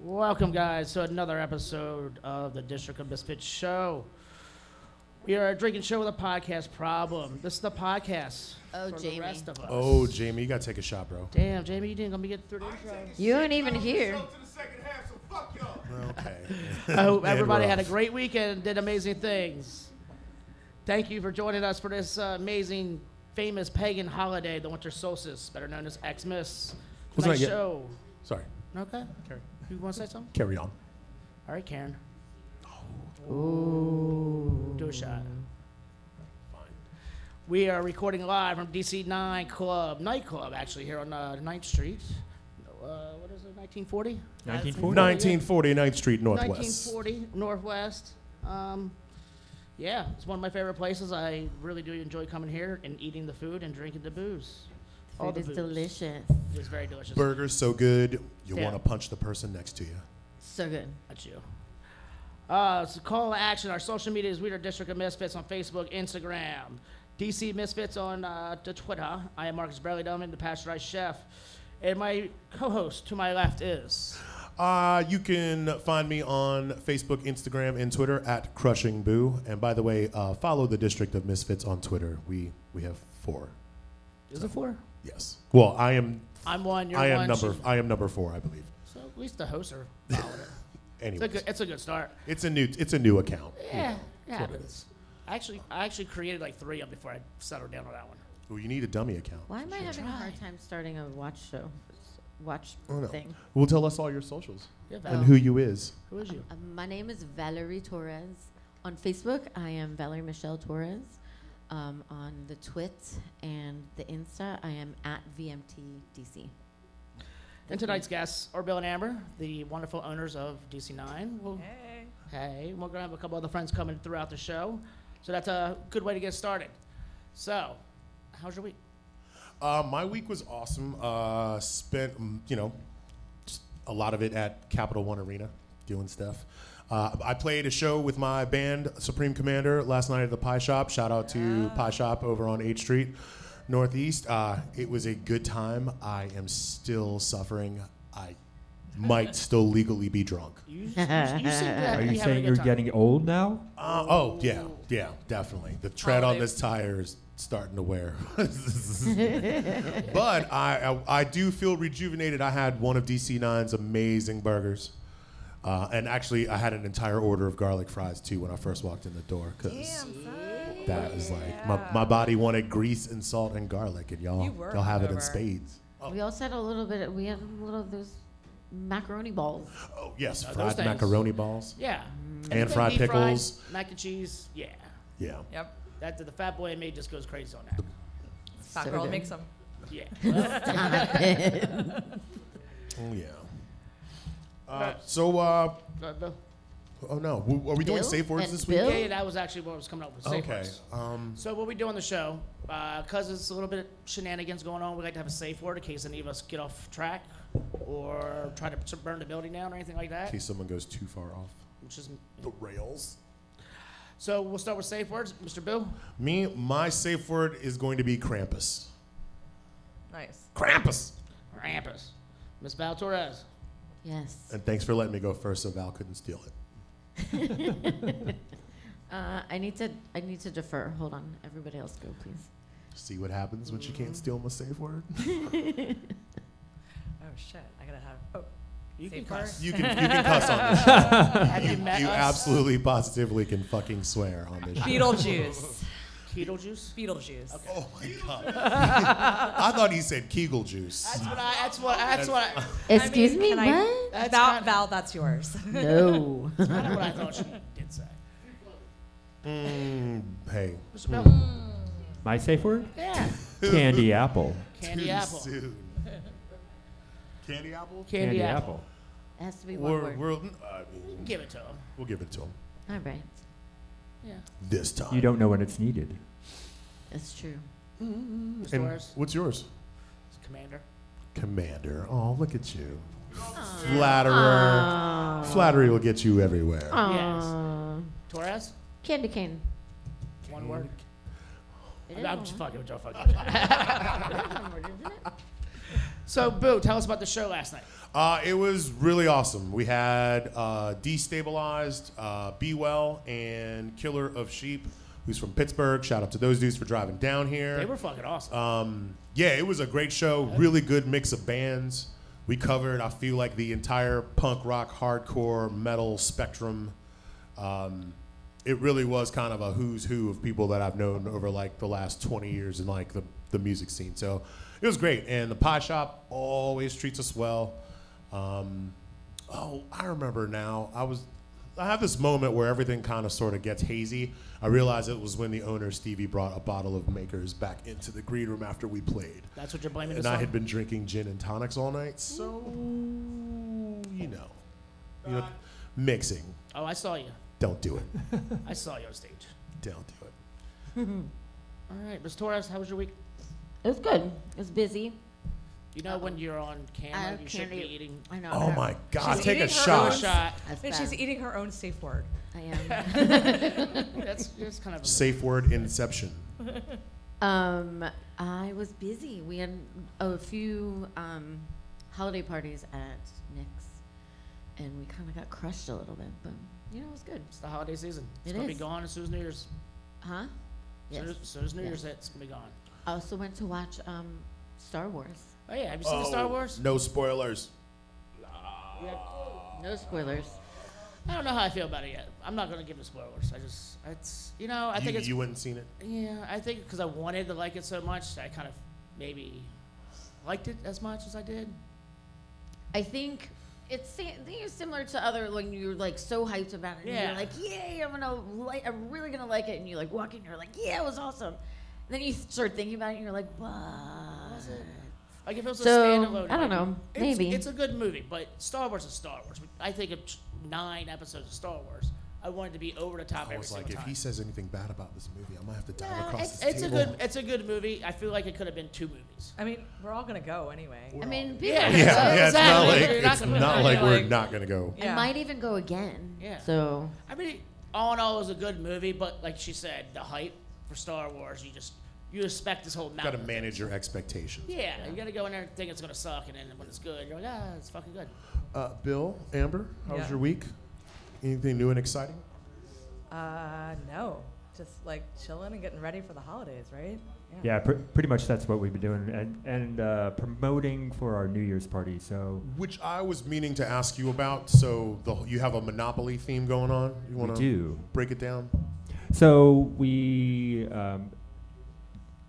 Welcome, guys, to another episode of the District of Misfits show. We are a drinking show with a podcast problem. This is the podcast Oh, for Jamie. the rest of us. Oh, Jamie, you gotta take a shot, bro. Damn, Jamie, you didn't let me get through the intro. You ain't even here. Okay. I hope And everybody we're had a off. great weekend and did amazing things. Thank you for joining us for this uh, amazing, famous pagan holiday, the winter solstice, better known as Xmas. Let's not Nice get- show. Sorry. Okay. You want to say something? Carry on. All right, Karen. Ooh. Do a shot. We are recording live from DC 9 Club, nightclub, actually, here on uh, 9th Street. Uh, what is it, 1940? 1940. 1949th Street Northwest. 1940 Northwest. Um, yeah, it's one of my favorite places. I really do enjoy coming here and eating the food and drinking the booze. All Food the is booze. delicious. It's very delicious. Burger's so good, you Yeah. want to punch the person next to you. So good. Got you. Uh, so call to action. Our social media is We Are District of Misfits on Facebook, Instagram, DC Misfits on uh, the Twitter. I am Marcus Bradley Dumbin, the Pasteurized Chef. And my co host to my left is. Uh, you can find me on Facebook, Instagram, and Twitter at Crushing Boo. And by the way, uh, follow the District of Misfits on Twitter. We we have four. Is it four? Yes. Well, I am. I'm one, you're I am one. number. she- I am number four, I believe. So at least the hosts are. It's a Anyway, good, it's a good start. it's a new. It's a new account. Yeah, it happens. I actually, I actually created like three of them before I settled down on that one. Well, you need a dummy account. Why am I having a hard time starting a watch show? Watch Oh, no. thing. Well, tell us all your socials Yeah, and Val, who you is. who is you? Uh, my name is Valerie Torres. On Facebook, I am Valerie Michelle Torres. Um, on the Twit and the Insta, I am at VMTDC. And tonight's guests are Bill and Amber, the wonderful owners of DC9. We'll, hey. Hey. We're going to have a couple other friends coming throughout the show. So that's a good way to get started. So, how's your week? Uh, my week was awesome. Uh, spent, mm, you know, just a lot of it at Capital One Arena doing stuff. Uh, I played a show with my band Supreme Commander last night at the Pie Shop. Shout out to Pie Shop over on 8th Street Northeast. Uh, it was a good time. I am still suffering. I might still legally be drunk. You, you, you seem to have- Are be you having a saying good you're time. getting old now? Um, Uh, oh, yeah, yeah, definitely. The tread on they- this tire is starting to wear. but I, I, I do feel rejuvenated. I had one of DC9's amazing burgers. Uh, and actually, I had an entire order of garlic fries too when I first walked in the door because that was like my, my body wanted grease and salt and garlic, and y'all You were y'all have it in hungover. spades. We also had a little bit, we had a little of those macaroni balls. Oh yes, those fried things. macaroni balls Yeah. and Mm-hmm. Big fried deep fries, pickles. mac and cheese. Yeah. Yeah, Yep. That, the fat boy in me just goes crazy on that. Fat So girl good. makes them. Yeah. oh yeah. Uh, so uh, Uh, Bill? Oh no, W- are we doing Bill safe words and this week? Bill? Yeah, yeah, that was actually what I was coming up with. safe Okay. words. Um, So what we do on the show, because it's a little bit of shenanigans going on, we like to have a safe word in case any of us get off track or try to s- burn the building down or anything like in that. case someone goes too far off Which is, the rails. so we'll start with safe words, Mr. Bill. Me, my safe word is going to be Krampus. Nice. Krampus. Rampus. Miss Val Torres. Yes. And thanks for letting me go first, so Val couldn't steal it. Uh, I need to, I need to defer. Hold on. Everybody else go, please. See what happens when she Mm. can't steal my safe word. Oh shit! I gotta have. Oh, You Safe can cuss. You can you can cuss on this. show. Have you met You us? absolutely positively can fucking swear on this. Show. Beetlejuice. Beetlejuice. Beetlejuice. Oh my god! I thought he said Kegel juice. That's what I. That's what. That's what. I, Excuse me, can what? I- that's Val, kind of- Val, that's yours. no. that's kind of what I thought she did say. Mm, hey, Mr. Bill. My safe word? Yeah. Candy apple. Candy too apple. soon. Candy apple. Candy apple. It has to be one We're, word. we're, I mean, Give it to him. we'll give it to him. All right. Yeah. this time. You don't know when it's needed. That's true. And Mr. Torres, what's yours? Commander. Commander. Oh, look at you. Flatterer. Flattery will get you everywhere. Aw. Torres? Candy cane. One word. It is I'm one just word. fucking with Joe. Fucking with you. It is one word, isn't it? So, Boo, tell us about the show last night. Uh, it was really awesome. We had uh, Destabilized, uh, Be Well, and Killer of Sheep, who's from Pittsburgh. Shout out to those dudes for driving down here. They were fucking awesome. Um, yeah, it was a great show. Really good mix of bands. We covered, I feel like, the entire punk rock, hardcore, metal spectrum. Um, it really was kind of a who's who of people that I've known over like the last 20 years in like the, the music scene. So it was great. And the pie shop always treats us well. Um, oh, I remember now. I was I have this moment where everything kind of sort of gets hazy. I realized it was when the owner Stevie brought a bottle of Makers back into the green room after we played, That's what you're blaming and us I on? had been drinking gin and tonics all night. So you know, you know, mixing. oh, I saw you. Don't do it. I saw you on stage. Don't do it. All right, Ms. Torres, how was your week? It was good. It was busy. You know when you're on camera, I you should be can't eat- eating. I know. Oh my God! She's Take a eating her own Shot. shot. shot. That's And bad. e- she's eating her own safe word. I am. That's, that's kind of a Safe word inception. Um, I was busy. We had a few um, holiday parties at Nick's, and we kind of got crushed a little bit, but you know it was good. It's the holiday season. It's It gonna is. be gone as soon as New Year's. Huh? Yes. Soon, as, soon as New Yes. Year's hits, it's gonna be gone. I also went to watch um, Star Wars. Oh yeah, have you seen the Star Wars? No spoilers. No spoilers. I don't know how I feel about it yet. I'm not gonna give it spoilers. I just, it's, you know, I you, think it's, you hadn't seen it. yeah, I think because I wanted to like it so much, I kind of maybe liked it as much as I did. I think it's sa- I think it's similar to other like you're like so hyped about it. And Yeah. You're like, yay! I'm gonna like. I'm really gonna like it. And you like walk in, you're like, yeah, it was awesome. And then you start thinking about it, and you're like, what? it? Like if it was So, a standalone, I movie, don't know. it's- Maybe. it's, a good movie, but Star Wars is Star Wars. I think of t- nine episodes of Star Wars. I wanted to be over the top I every was single like, if time. he says anything bad about this movie, I might have to dive No, across it's- this it's a table. good, it's a good movie. I feel like it could have been two movies. I mean, we're all gonna go anyway. I mean, Yeah. Yeah, yeah, it's not Exactly. like You're not it's gonna- not you're like we're like- not gonna go. I Yeah. might even go again. Yeah. So I mean, all in all, it was a good movie, but like she said, the hype for Star Wars, you just you expect this whole Got mountain. to manage your expectations. Yeah, you gotta go in there and think it's gonna suck, and then when it's good, you're like, ah, it's fucking good. Uh, Bill, Amber, how was Yeah. your week? Anything new and exciting? Uh, no, just like chilling and getting ready for the holidays, right? Yeah, pr- pretty much that's what we've been doing and, and uh, promoting for our New Year's party. So Which I was meaning to ask you about. So the, you have a Monopoly theme going on. You we want to do. break it down? So we um,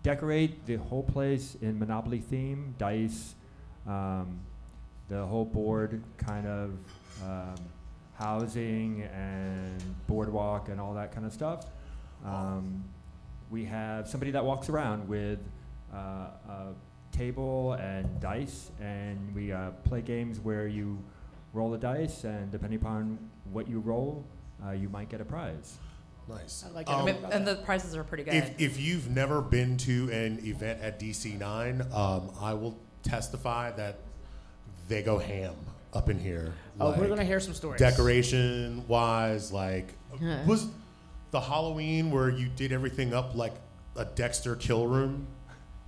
decorate the whole place in Monopoly theme, dice, um, the whole board kind of um, housing and boardwalk and all that kind of stuff. Um, we have somebody that walks around with uh, a table and dice, and we uh, play games where you roll the dice, and depending upon what you roll, uh, you might get a prize. Nice. I like Um, it. But- and the prices are pretty good. If, if you've never been to an event at DC9, um, I will testify that they go ham up in here. Oh, we're Like, gonna hear some stories. decoration wise like Yeah. was the halloween where you did everything up like a dexter kill room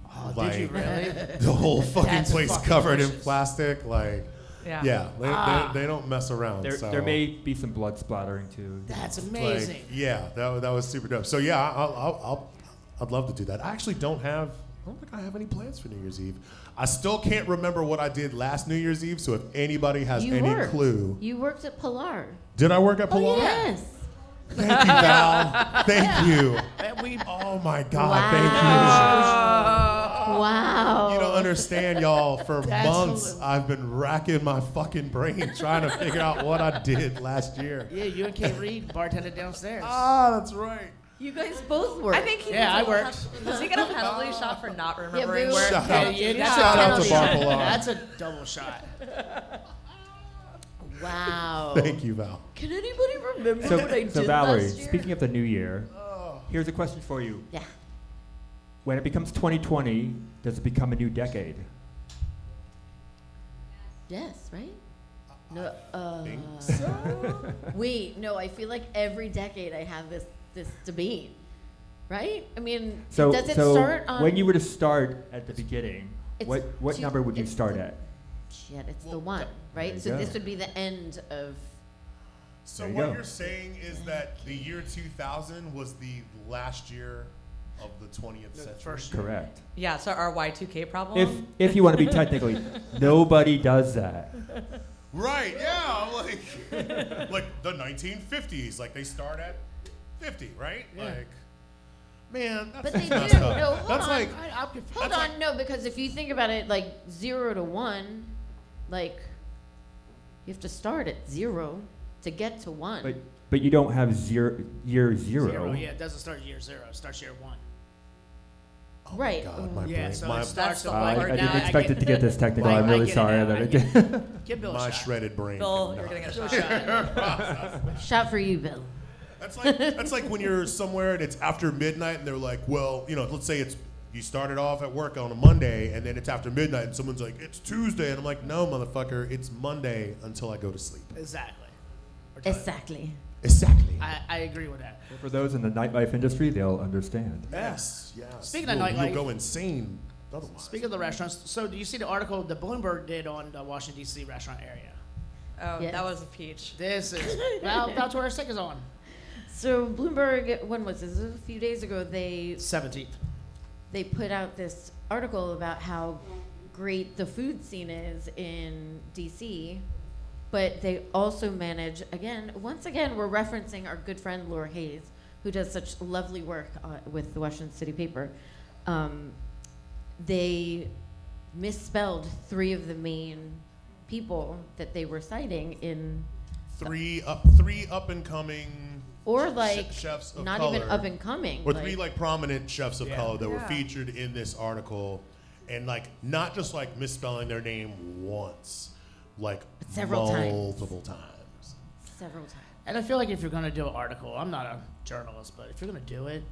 Oh, like did you really? the whole fucking That's place fucking covered in vicious. plastic like yeah, yeah. they, Ah. they, they don't mess around There, so, there may be some blood splattering too. That's like, amazing. yeah that, wa- that was super dope so yeah I- I'll, I'll, I'll i'd love to do that i actually don't have I don't think I have any plans for New Year's Eve. I still can't remember what I did last New Year's Eve, so if anybody has you any worked. clue. You worked at Pilar. Did I work Oh, at Pilar? Yes. Thank you, Val. Thank you. Man, we Oh my God, Uh, wow. thank you. You don't understand, y'all. For That's months, hilarious. I've been racking my fucking brain trying to figure out what I did last year. yeah, you and Kate Reed bartended downstairs. Ah, that's right. You guys both worked. I think he Yeah, was I a- worked. Was he gonna penalty shot for not remembering boo. where? Shout Yeah, out, yeah, shout out to penalty Bar shot. Pilar. That's a double shot. Wow. Thank you, Val. Can anybody remember So, what I so did Valerie, last year? speaking of the new year, Oh. here's a question for you. yeah. When it becomes 2020, does it become a new decade? Yes, right? No. think Uh, wait, no. I feel like every decade I have this this debate, right? I mean, So, does it so start on when you were to start at the beginning, It's what what two- number would you it's start the- at? Shit, it's Well, the one, there right? you So go. this would be the end of. So There you what go. you're saying is that the year 2000 was the last year of the 20th century. first Correct. Yeah, so our Y2K problem. If if you want to be technically, nobody does that. Right? Yeah. I'm like, like the 1950s. Like they start at 50, right? Like, man, that's But they do. messed up. No, hold that's on. like I, I'm confused. hold on. no, because if you think about it, like zero to one, like you have to start at zero to get to one. But but you don't have zero year zero. Zero, yeah, it doesn't start year zero. It starts year one. oh my right. God, my Yeah, brain- so my, it That's starts the the Uh, I, Or I word. didn't now I expect get- it to get this technical. Like, I'm I really get it sorry now, that I it get did. Give Bill my a shot. shredded brain. Bill, cannot- you're going to get Bill a a shot. shot. Shout for you, Bill. That's like that's like when you're somewhere and it's after midnight and they're like, well, you know, let's say it's you started off at work on a Monday and then it's after midnight and someone's like, it's Tuesday and I'm like, no, motherfucker, it's Monday until I go to sleep. exactly. We're done. Exactly. Exactly. I, I agree with that. For those in the nightlife industry, they'll understand. yes. Yes. Speaking of You'll- nightlife- you'll go insane. Otherwise. Speaking of the restaurants, so do you see the article that Bloomberg did on the Washington D.C. restaurant area? Oh, Yes. that was a peach. This is well, that's what our stick is on. So Bloomberg, when was this? This was A few days ago, they Seventeenth. they put out this article about how great the food scene is in DC, but they also manage, again, once again, we're referencing our good friend Laura Hayes, who does such lovely work uh, with the Washington City Paper. Um, they misspelled three of the main people that they were citing in, three up three up and coming or like, chefs of not color. even up and coming. or three like prominent chefs of Yeah. color that were Yeah. featured in this article and like not just like misspelling their name once like Several times. multiple times several times. And I feel like if you're gonna do an article, I'm not a journalist, but if you're gonna do it,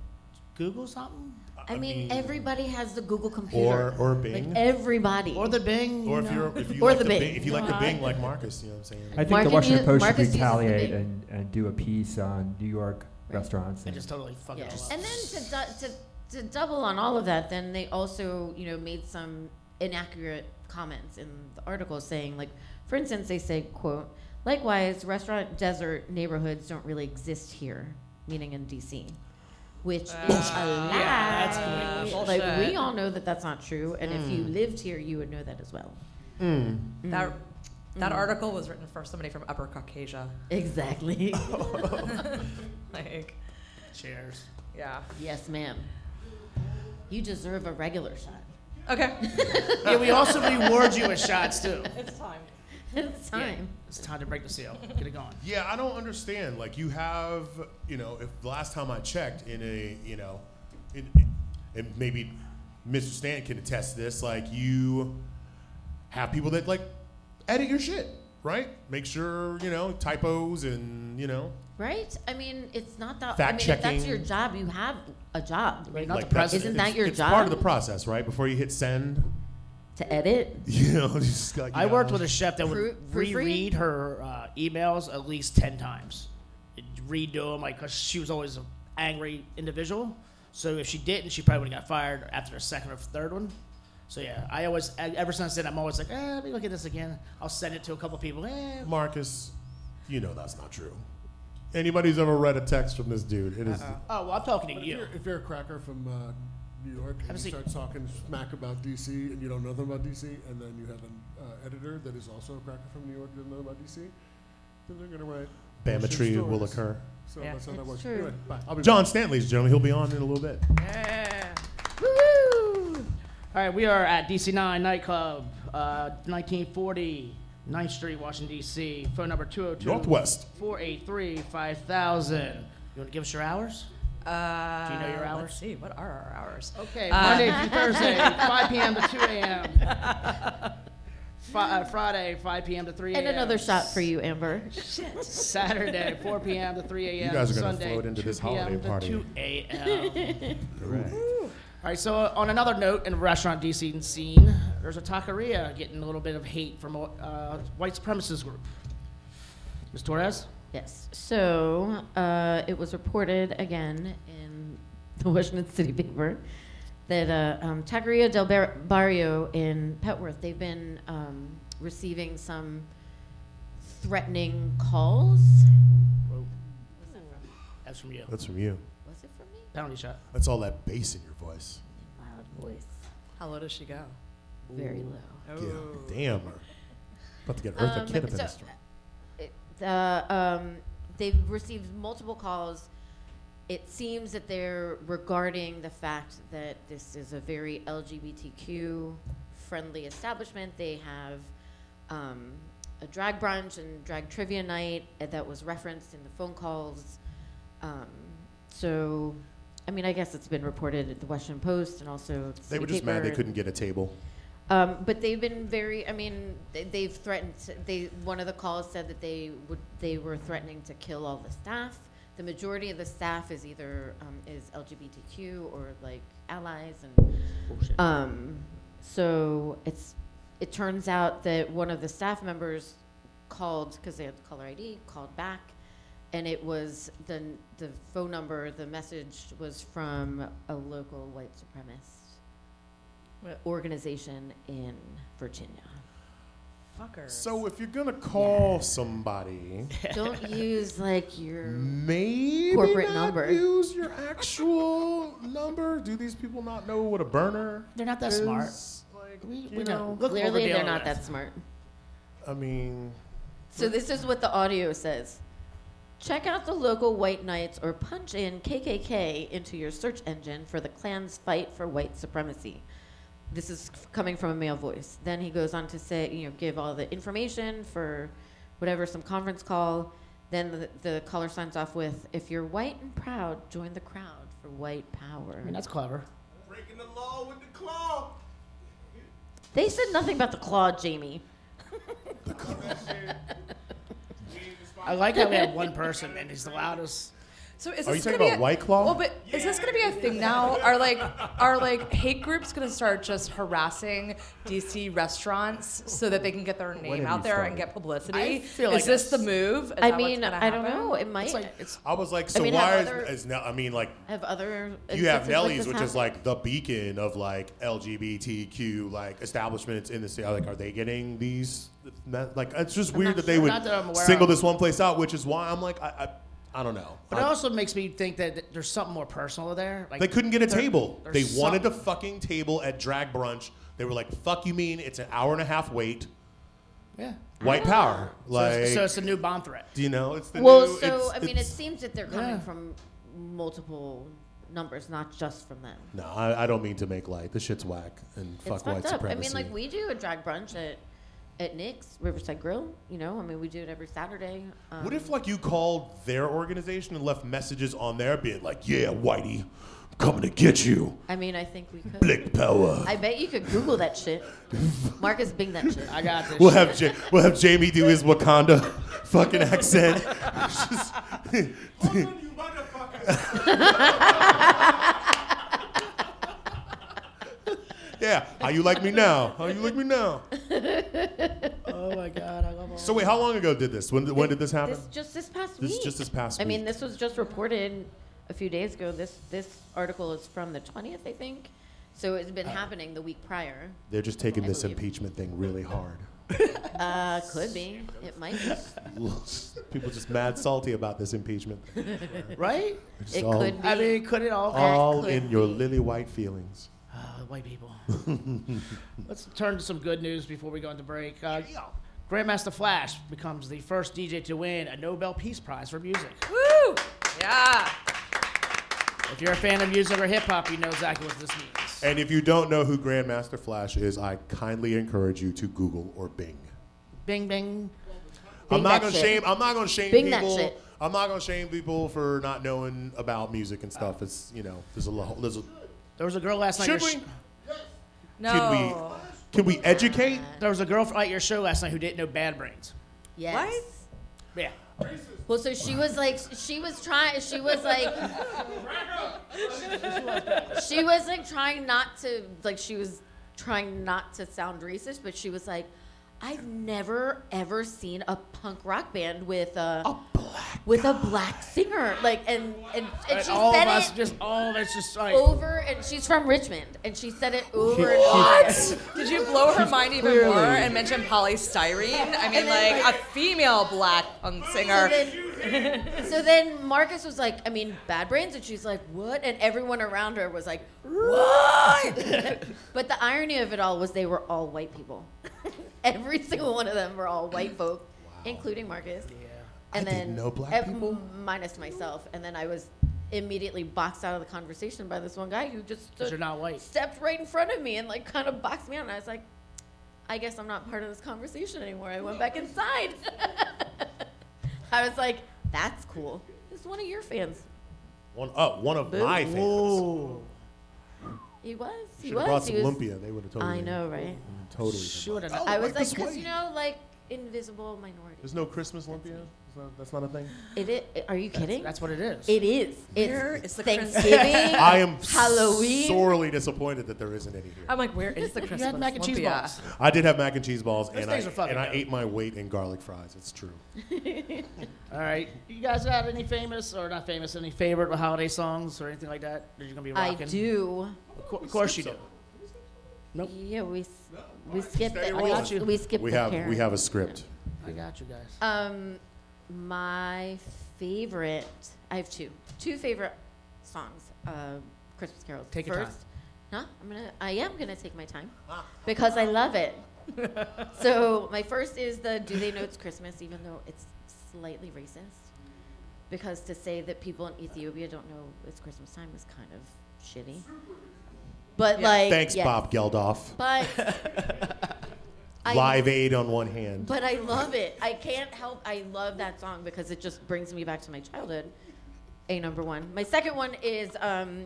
Google something I, mean, everybody has the Google computer. or or bing Like everybody. or the Bing. or if you know? you're if you Or like the the bing. Bing. if you like the No, bing I- like marcus you know what i'm saying I think Marcus the Washington u- Post Marcus should uses the retaliate big- and, and do a piece on New York restaurants. and And just totally fuck Yeah. it all up. And then to, du- to, to double on all of that, then they also, you know, made some inaccurate comments in the article saying, like, for instance, they say, quote, likewise, restaurant desert neighborhoods don't really exist here, meaning in D.C., which is a lie. Yeah, that's like, bullshit. we all know that that's not true. And if you lived here, you would know that as well. That, that article was written for somebody from Upper Caucasia. Exactly. Like, Cheers. yeah. yes, ma'am. You deserve a regular shot. Okay. yeah, we also reward you with shots too. it's time. It's Yeah. time. It's time to break the seal. Get it going. Yeah, I don't understand. Like you have, you know, if the last time I checked in a, you know, in, and maybe Mr. Stan can attest to this. Like you have people that like edit your shit, right? Make sure you know typos and you know Right? I mean, it's not that. I mean, if that's Fact-checking. your job, you have a job Right, right? not like the president. Isn't that it's- your it's job? Part of the process, right? Before you hit send, to edit. you know, just like you I worked know. with a chef that would Fruit- proofread? reread her uh, emails at least ten times, redo them like because she was always an angry individual. So if she didn't, she probably would have got fired after the second or third one. So yeah, I always e- ever since then I'm always like, eh, let me look at this again. I'll send it to a couple people. Eh, Marcus. You know that's not true. Anybody's ever read a text from this dude? It is- oh well, I'm talking to But if, you. you're, if you're a cracker from uh, New York Have a and you seat. start talking smack about DC and you don't know them about DC, and then you have an uh, editor that is also a cracker from New York that doesn't know about DC, then they're going to write. bullshit Bammetry will stories. occur. So Yeah. that's how that That's works. true. Anyway, bye. I'll be John Stanley's gentlemen. He'll be on in a little bit. Yeah. Woo! All right, we are at DC9 Nightclub, uh, 1940 9th Street, Washington, D.C. Phone number 202 Northwest. 483 5000. You want to give us your hours? Uh, Do you know your Let's hours? Oh. see. What are our hours? Okay, Uh, Monday through Thursday, 5 p.m. to 2 a.m. Fri- uh, Friday, 5 p.m. to 3 a.m. And another shot for you, Amber. Saturday, 4 p.m. to 3 a.m. You guys are gonna Sunday, float into 2 this holiday p.m. to party. 2 a.m. Correct. All right, so uh, on another note in the restaurant DC scene, there's a taqueria getting a little bit of hate from a uh, white supremacist group. Ms. Torres? Yes. So uh, it was reported again in the Washington City paper that uh, um, Taqueria del Bar- Barrio in Petworth they've been um, receiving some threatening calls. That's from you. That's from you. Was it from me? Penalty shot. That's all that bass in your voice. Loud voice, How low does she go? very low. Oh. Yeah. Damn. Her. About to get Eartha Um, Kitt up in so, uh, this joint. it- the, um, they've received multiple calls. It seems that they're regarding the fact that this is a very LGBTQ friendly establishment. They have um, a drag brunch and drag trivia night uh, that was referenced in the phone calls. Um, so, I mean, I guess it's been reported at the Washington Post and also They City were just mad they Paper. couldn't get a table. Um, but they've been very. I mean, they, they've threatened. to- They one of the calls said that they would. They were threatening to kill all the staff. The majority of the staff is either um, is LGBTQ or like allies, and um, so it's. It turns out that one of the staff members called because they had caller ID called back, and it was the the phone number. The message was from a local white supremacist organization in Virginia. Fuckers. So uh, if you're gonna call somebody, Don't use like your. maybe Corporate not number. use your actual number. Do these people not know what a burner? They're not that is? smart. Like, We- you we know. Look what we're Clearly, they're dealing not with. that smart. I mean, So this is what the audio says. Check out the local white knights or punch in KKK into your search engine for the Klan's fight for white supremacy. This is f- coming from a male voice. Then he goes on to say, you know, give all the information for whatever, some conference call. Then the, the caller signs off with, if you're white and proud, join the crowd for white power. I mean, that's clever. Breaking the law with the claw. They said nothing about the claw, Jamie. I like how we have one person and he's the loudest. So is Are this you gonna talking be about a, White Claw? Well, but is this gonna be a thing now? Are like are like hate groups gonna start just harassing DC restaurants so that they can get their name have out you there started? and get publicity? I feel is like this the that's- move? Is that I what's mean, gonna I don't happen? know. It might It's like, it's, I was like, so mean, have why other- is, is now? I mean, like, have other. you have instances like Nelly's, this which is happen. like the beacon of like LGBTQ like establishments in the city. Like, are they getting these? that- Like, it's just weird not that they sure. would Not that I'm aware single of. this one place out, which is why I'm like, I, I, I don't know. but it I- also makes me think that th- there's something more personal there. Like Uh, they couldn't get a there- table. there's They wanted a something. fucking table at drag brunch. They were like, "Fuck you, mean it's an hour and a half wait." Yeah. White power, So like, it's, so it's a new bomb threat. you know, it's the Well, new- so it's- I mean, it it's- seems that they're coming Yeah. from multiple numbers, not just from them. no, I, I don't mean to make light. This shit's whack and fuck white it's fucked up. supremacy. I mean, like we do a drag brunch at at Nick's Riverside Grill. You know, I mean, we do it every Saturday. Um, What if like you called their organization and left messages on there being like, "Yeah, Whitey, I'm coming to get you, I mean, I think we could. Black Power." I bet you could Google that shit. Marcus, Bing that shit. I got this. We'll have ja- we'll have Jamie do his Wakanda fucking accent. Hold on, you motherfucker. Yeah, how you like me now? How you like me now? oh my god, I love all. So wait, how long ago did this? When when did this happen? This just this past This week. is just this past I mean, week. this was just reported a few days ago. This this article is from the twentieth, I think. So it's been happening the week prior. They're just taking I this believe. impeachment thing really hard. Uh, could be. It might. Be. People just mad salty about this impeachment. right? It's It all, could be. I mean, could it all? all could in your be. lily white feelings. Ah, white people. Let's turn to some good news before we go into break. Uh, Grandmaster Flash becomes the first DJ to win a Nobel Peace Prize for music. Woo! Yeah. If you're a fan of music or hip hop, you know exactly what this means. And if you don't know who Grandmaster Flash is, I kindly encourage you to Google or Bing. Bing, bing. I'm Bing not that gonna shit. shame. I'm not gonna shame Bing that people. shit. I'm not gonna shame people for not knowing about music and stuff. It's you know, there's a lot. There's a. There was a girl last night. Should who we? sh- No. Should we- Can we educate? There was a girl at your show last night who didn't know Bad Brains. Yes. Yeah. Well, so she was like, she was trying, she was like, she was like trying not to, like, she was trying not to sound racist, but she was like, I've never ever seen a punk rock band with a, black with a black singer, like, and and, and And she all said of us, it Oh, just all of us, just like. over, and she's from Richmond, and she said it over and over. What? Did you blow her mind even more and mention polystyrene? I mean, like a female black punk singer. So then, so then Marcus was like, I mean, bad brains, and she's like, what? And everyone around her was like, what? but the irony of it all was they were all white people. Every single one of them were all white folk, including Marcus. Yeah. And I then didn't know black eh, people. minus myself, and then I was immediately boxed out of the conversation by this one guy who just stood, you're not white. stepped right in front of me and like kind of boxed me out, and I was like. I guess I'm not part of this conversation anymore. I went back inside. I was like, that's cool. This is one of your fans. One, uh, one of my favorites. Ooh. He was. He Should have brought was. some He was. lumpia. They would have totally. I know, right? Totally. She would have. Oh, I was like, like this because way. you know, like invisible minority. There's no Christmas lumpia. That's not, that's not a thing. It is. Are you kidding? That's what it is. it is. It's Where is the Christmas- Thanksgiving. I am Halloween. sorely disappointed that there isn't any here. I'm like, where is the Christmas? you had mac and cheese lumpia? balls. I did have mac and cheese balls, and I, things are fucking and I dope. ate my weight in garlic fries. It's true. All right. You guys got any famous or not famous? Any favorite holiday songs or anything like that? That you're gonna be I rocking? do. Of, cour- of course you do. Nope. Yeah, we s- we skipped Stay it. rolling. We, s- we skipped We the have parent. we have a script. I got you guys. Um, my favorite. I have two. Two favorite songs. Uh, Christmas carols. Take your First, time. Ah. No, I'm gonna. I am gonna take my time because I love it. so my first is the "Do They Know It's Christmas," even though it's slightly racist, because to say that people in Ethiopia don't know it's Christmas time is kind of shitty. But like, Thanks, yes. Bob Geldof. But I Live Aid on one hand. but I love it. I can't help. I love that song because it just brings me back to my childhood. A number one. My second one is um,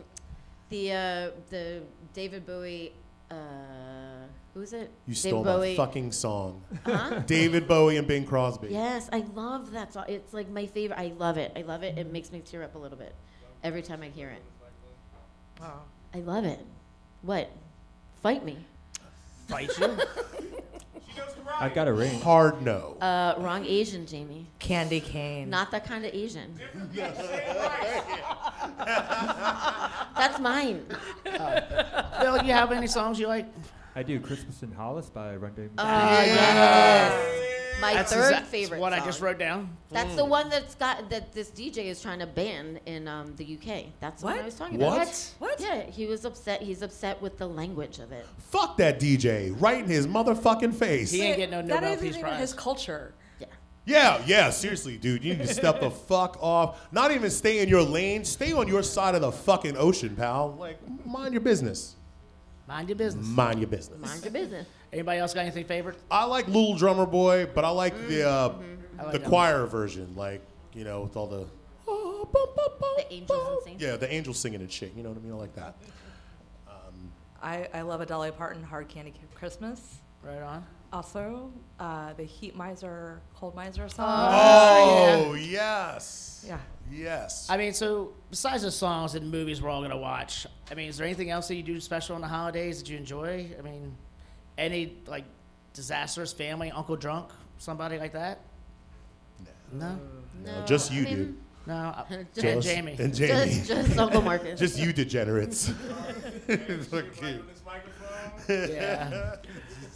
the uh, the David Bowie. Uh, who is it? you David stole my Bowie. fucking song. Huh? David Bowie and Bing Crosby. Yes, I love that song. It's like my favorite. I love it. I love it. It makes me tear up a little bit every time I hear it. I love it. What? Fight me. Fight you. I got a ring. Hard no. Uh, wrong Asian, Jamie. Candy cane. Not that kind of Asian. That's mine. Bill, you have any songs you like? I do Christmas in Hollis by Run DMC. Uh, My That's third exa- that's favorite. What I song. just wrote down. That's the one that's got that this DJ is trying to ban in um, the UK. That's what, What? I was talking about. What? What? Yeah, he was upset. He's upset with the language of it. Fuck that DJ right in his motherfucking face. He ain't getting no that Nobel isn't Peace even Prize. his culture. Yeah. Yeah, yeah, seriously, dude. You need to step the fuck off. Not even stay in your lane. Stay on your side of the fucking ocean, pal. Like, mind your business. Mind your business. Mind your business. Mind your business. Anybody else got anything favorite? I like Little Drummer Boy, but I like the uh, like the that choir version, like you know, with all the The angels and saints. yeah, the angels singing and shit. You know what I mean? I like that. I, I love a Dolly Parton hard candy Kid Christmas. Right on. Also, uh, the Heat Miser, Cold Miser song. Oh yes, Yeah. yes. I mean, so besides the songs and movies we're all gonna watch, I mean, is there anything else that you do special on the holidays that you enjoy? I mean, any like disastrous family, uncle drunk, somebody like that? No, No, just you, I mean, dude. no. I- Just- and Just- Jamie. And Jamie. Just, Just, just Uncle Marcus. you degenerates. Okay. on this microphone. Yeah.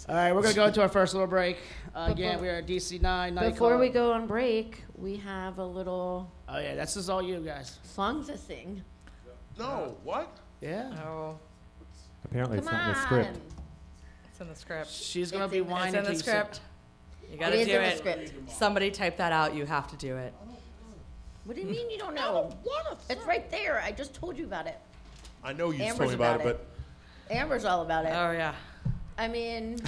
All right, we're gonna go into our first little break. Uh, again, we are at DC nine. Before we go on break, we have a little Oh yeah, this is all you guys. song to sing. no, what? Yeah. Oh, Apparently, Come it's not in on. the script. it's in the script. She's gonna It's be in- it's It's whining. in the till you sing. script. You It gotta is do in the it. script. Somebody type that out. You have to do it. What do you mean you don't know? It's right there. I just told you about it. I know you Amber's told me about, about it, Amber's all about it. Oh yeah. I mean,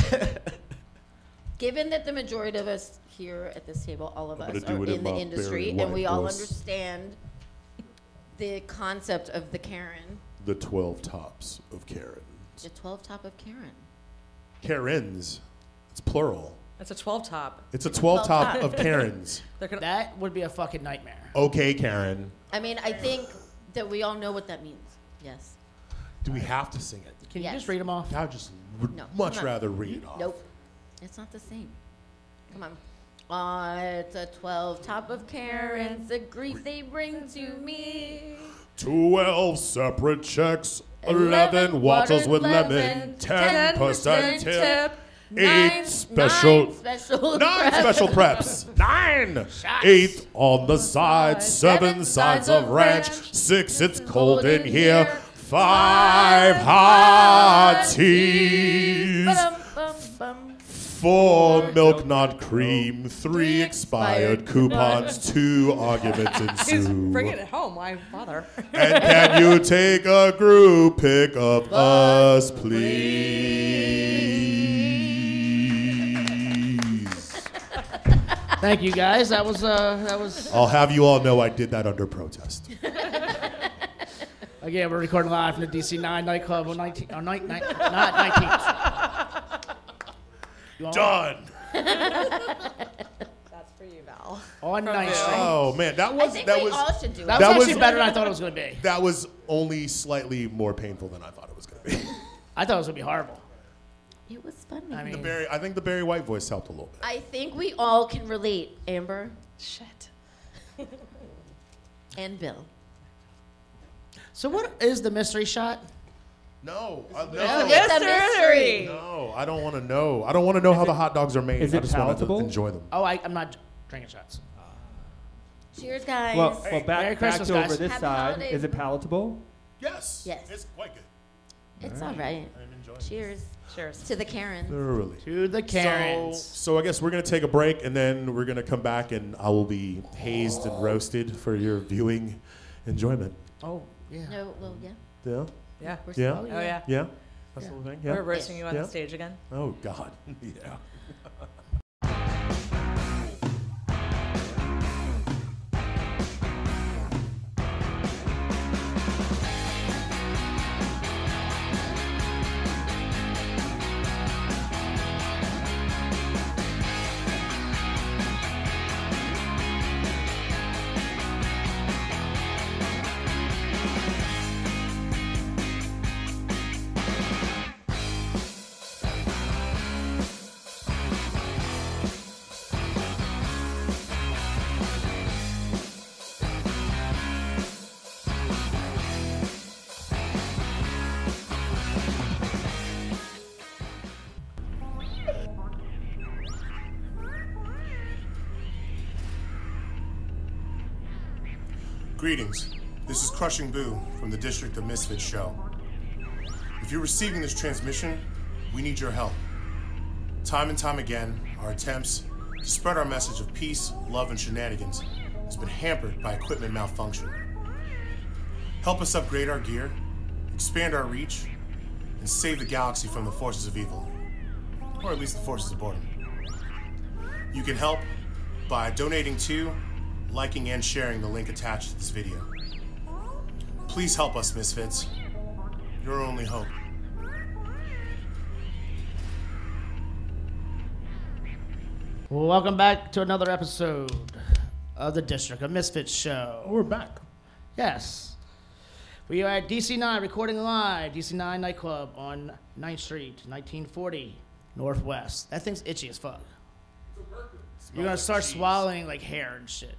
given that the majority of us here at this table, all of I'm us gonna do are it in in the my industry, very and we white all voice. understand the concept of the Karen, but the twelve tops of Karen. the 12 top of Karen. Karens. It's plural. That's a 12 top. It's a 12 top of Karens. They're gonna, That would be a fucking nightmare. Okay, Karen. I mean, I think that we all know what that means. Yes. Do we have to sing it? Can Yes. you just read them off? I would just would No, much come on. rather read it off. Nope. It's not the same. Come on. Ah, it's a 12 top of Karens, the grief they bring to me. 12 separate checks, 11 waters with lemon, 10% tip, 8 Nine special. special. Nine special preps. Nine. Eight on the side. Seven sides of ranch. Six. It's cold in here. Five hot teas. Four milk not cream. Three expired coupons. Two arguments He's bringing ensue. it home. Why bother? And can you take a group pick of us, please? Thank you guys. That was uh, that was I'll have you all know I did that under protest. again. We're recording live from the DC Nine nightclub on 19, on night, night, not 19th. You all- Done. That's for you, Val. on Ninth Street. Oh man, that I was think that we was all should do it. That was That was- actually better than I thought it was gonna be. that was only slightly more painful than I thought it was going to be. I thought it was gonna be horrible. It was funny. I I, mean, Barry, I think the Barry White voice helped a little bit. think we all can relate, Amber Shit. and Bill. so what is the mystery shot? No, I, no, It's a Mystery. mystery. no, I don't want to know. I don't want to know how the hot dogs are made. is I it just wanted to palatable? enjoy them. Oh, I, I'm not drinking shots. Cheers, guys. Well, well, Merry back, back Christmas, to over guys. this Happy side. holidays. Is it palatable? Yes. Yes. It's quite good. it's all right. I'm enjoying Cheers Cheers. to the Karens. Thoroughly. To the Karens. So, so I guess we're gonna take a break, and then we're gonna come back, and I will be hazed and roasted for your viewing enjoyment. oh yeah. No, well, yeah. Yeah. Yeah. We're Yeah. still- Oh, yeah. Yeah. That's the whole thing. Yeah. We're roasting you on Yeah. the stage again. Oh God. yeah. Greetings. This is Crushing Boo from the District of Misfits show. If you're receiving this transmission, we need your help. Time and time again, our attempts to spread our message of peace, love, and shenanigans has been hampered by equipment malfunction. Help us upgrade our gear, expand our reach, and save the galaxy from the forces of evil, or at least the forces of boredom. You can help by donating to, liking, and sharing the link attached to this video. Please help us, Misfits. Your only hope. Welcome back to another episode of the District of Misfits show. We're back. Yes. We are at DC9 recording live, DC9 nightclub on 9th Street, 1940, Northwest. That thing's itchy as fuck. You're gonna start swallowing like hair and shit.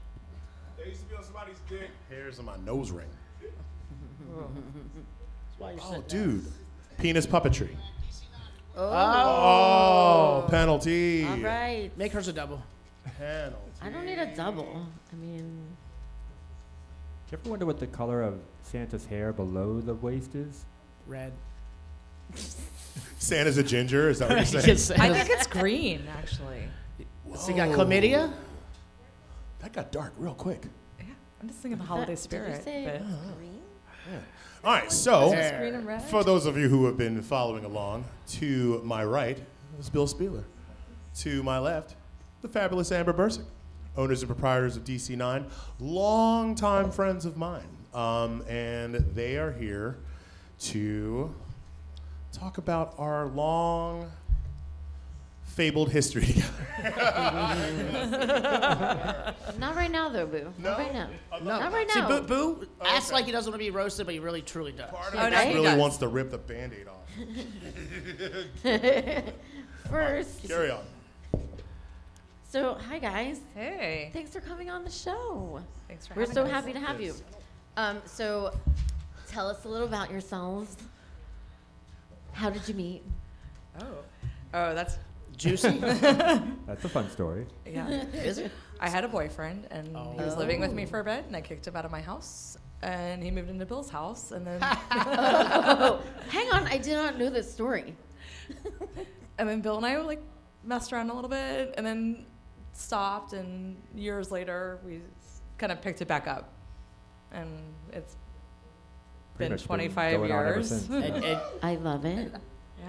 They used to be on somebody's dick. Hairs on my nose ring. That's why you're Oh, dude. Penis puppetry. Oh. Oh, penalty. All right. Make hers a double. Penalty. I don't need a double. I mean, Do you ever wonder what the color of Santa's hair below the waist is? Red. Santa's a ginger. Is that what you're saying? Yes. I think it's green, actually. So you got chlamydia? That got dark real quick. Yeah. I'm just thinking of the holiday spirit. say- but- Oh. green? All right, so Hair. Green and red. for those of you who have been following along, to my right is Bill Spieler. To my left, the fabulous Amber Bursick, owners and proprietors of DC9, longtime friends of mine. Um, and they are here to talk about our long fabled history together. Not right now, though, Boo. Not right now. Not right See, now. Boo, Boo acts like he doesn't want to be roasted, but he really truly does. Oh, Yeah, no, right? he really does. wants to rip the band-aid off. First. Carry on. So, hi, guys. Hey. Thanks for coming on the show. Thanks for We're having so us. happy to have you. Um, so, tell us a little about yourselves. How did you meet? Oh. Oh, that's Juicy. That's a fun story. yeah. Is it? I had a boyfriend and he was living with me for a bit and I kicked him out of my house and he moved into Bill's house and then Oh, hang on. I did not know this story. and then Bill and I like messed around a little bit and then stopped and years later we kind of picked it back up and it's Pretty been much 25 going on ever years. since. and, and, I love it.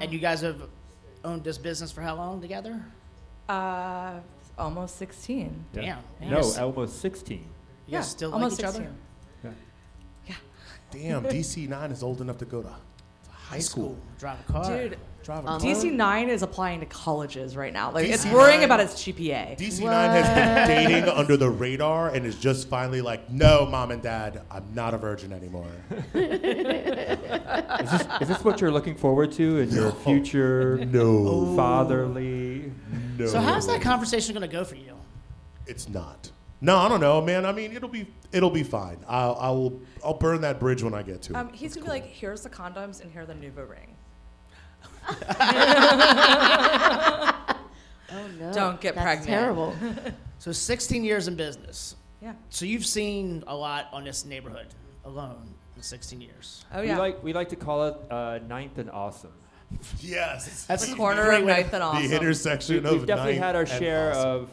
and you guys have owned this business for how long together? uh almost 16 Yeah. Damn. No, Yes. almost 16. You guys still like almost each other? 16. Damn, DC9 is old enough to go to high school. Drive a car. Dude, Drive a Um, DC nine is applying to colleges right now. Like it's DC9 worrying about its GPA. DC9 has been dating under the radar and is just finally like, no, mom and dad, I'm not a virgin anymore. Is this, is this what you're looking forward to in your future No, Oh. fatherly? no. so how's that conversation going to go for you? It's not. No, I don't know, man. I mean, it'll be it'll be fine. I'll I will I'll burn that bridge when I get to it. Um, he's gonna be like, here's the condoms and here are the Nuvo ring. Oh, no. Don't get That's pregnant. terrible. So 16 years in business. Yeah. So you've seen a lot on this neighborhood alone in 16 years. Oh We yeah. like we like to call it uh, ninth and awesome. yes, That's the corner of Ninth and Awesome. the intersection We, of have definitely ninth had our and share awesome. of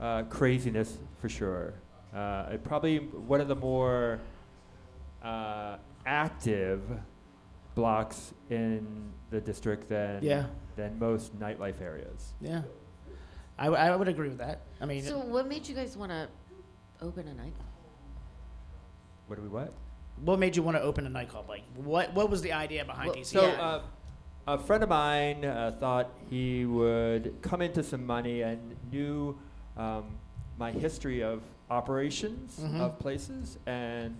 uh, craziness for sure. Uh, it probably one of the more uh, active blocks in the district than Yeah. than most nightlife areas. Yeah. I, w- I would agree with that. I mean, So, what made you guys want to open a nightclub? What do we what? what made you want to open a nightclub? Like, what what was the idea behind Well, DC? So uh, a friend of mine uh, thought he would come into some money and knew um, my history of operations of places and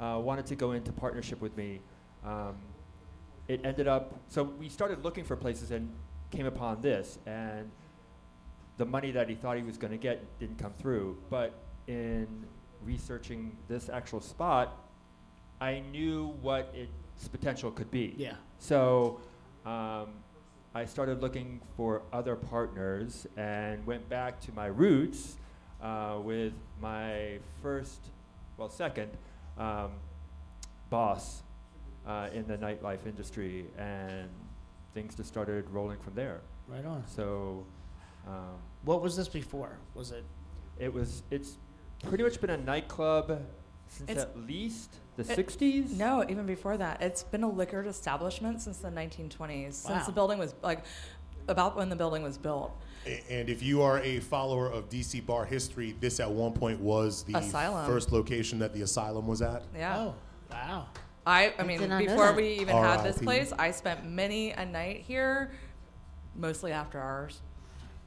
uh, wanted to go into partnership with me. Um, it ended up so we started looking for places and came upon this and the money that he thought he was going to get didn't come through. But in researching this actual spot, I knew what its potential could be. yeah. So um, I started looking for other partners and went back to my roots uh, with my first, well, second um, boss uh, in the nightlife industry, and things just started rolling from there. Right on. So um, What was this before? Was it? it was, it's pretty much been a nightclub since It's- at least the it- 60s. No, even before that, it's been a liquored establishment since the 1920s. Wow. Since the building was like about when the building was built. A- And if you are a follower of DC bar history, this at one point was the Asylum. first location that the asylum was at. Yeah. Oh, wow. I I mean did not know before that. we even had this R.I.P.. place, I spent many a night here, mostly after hours,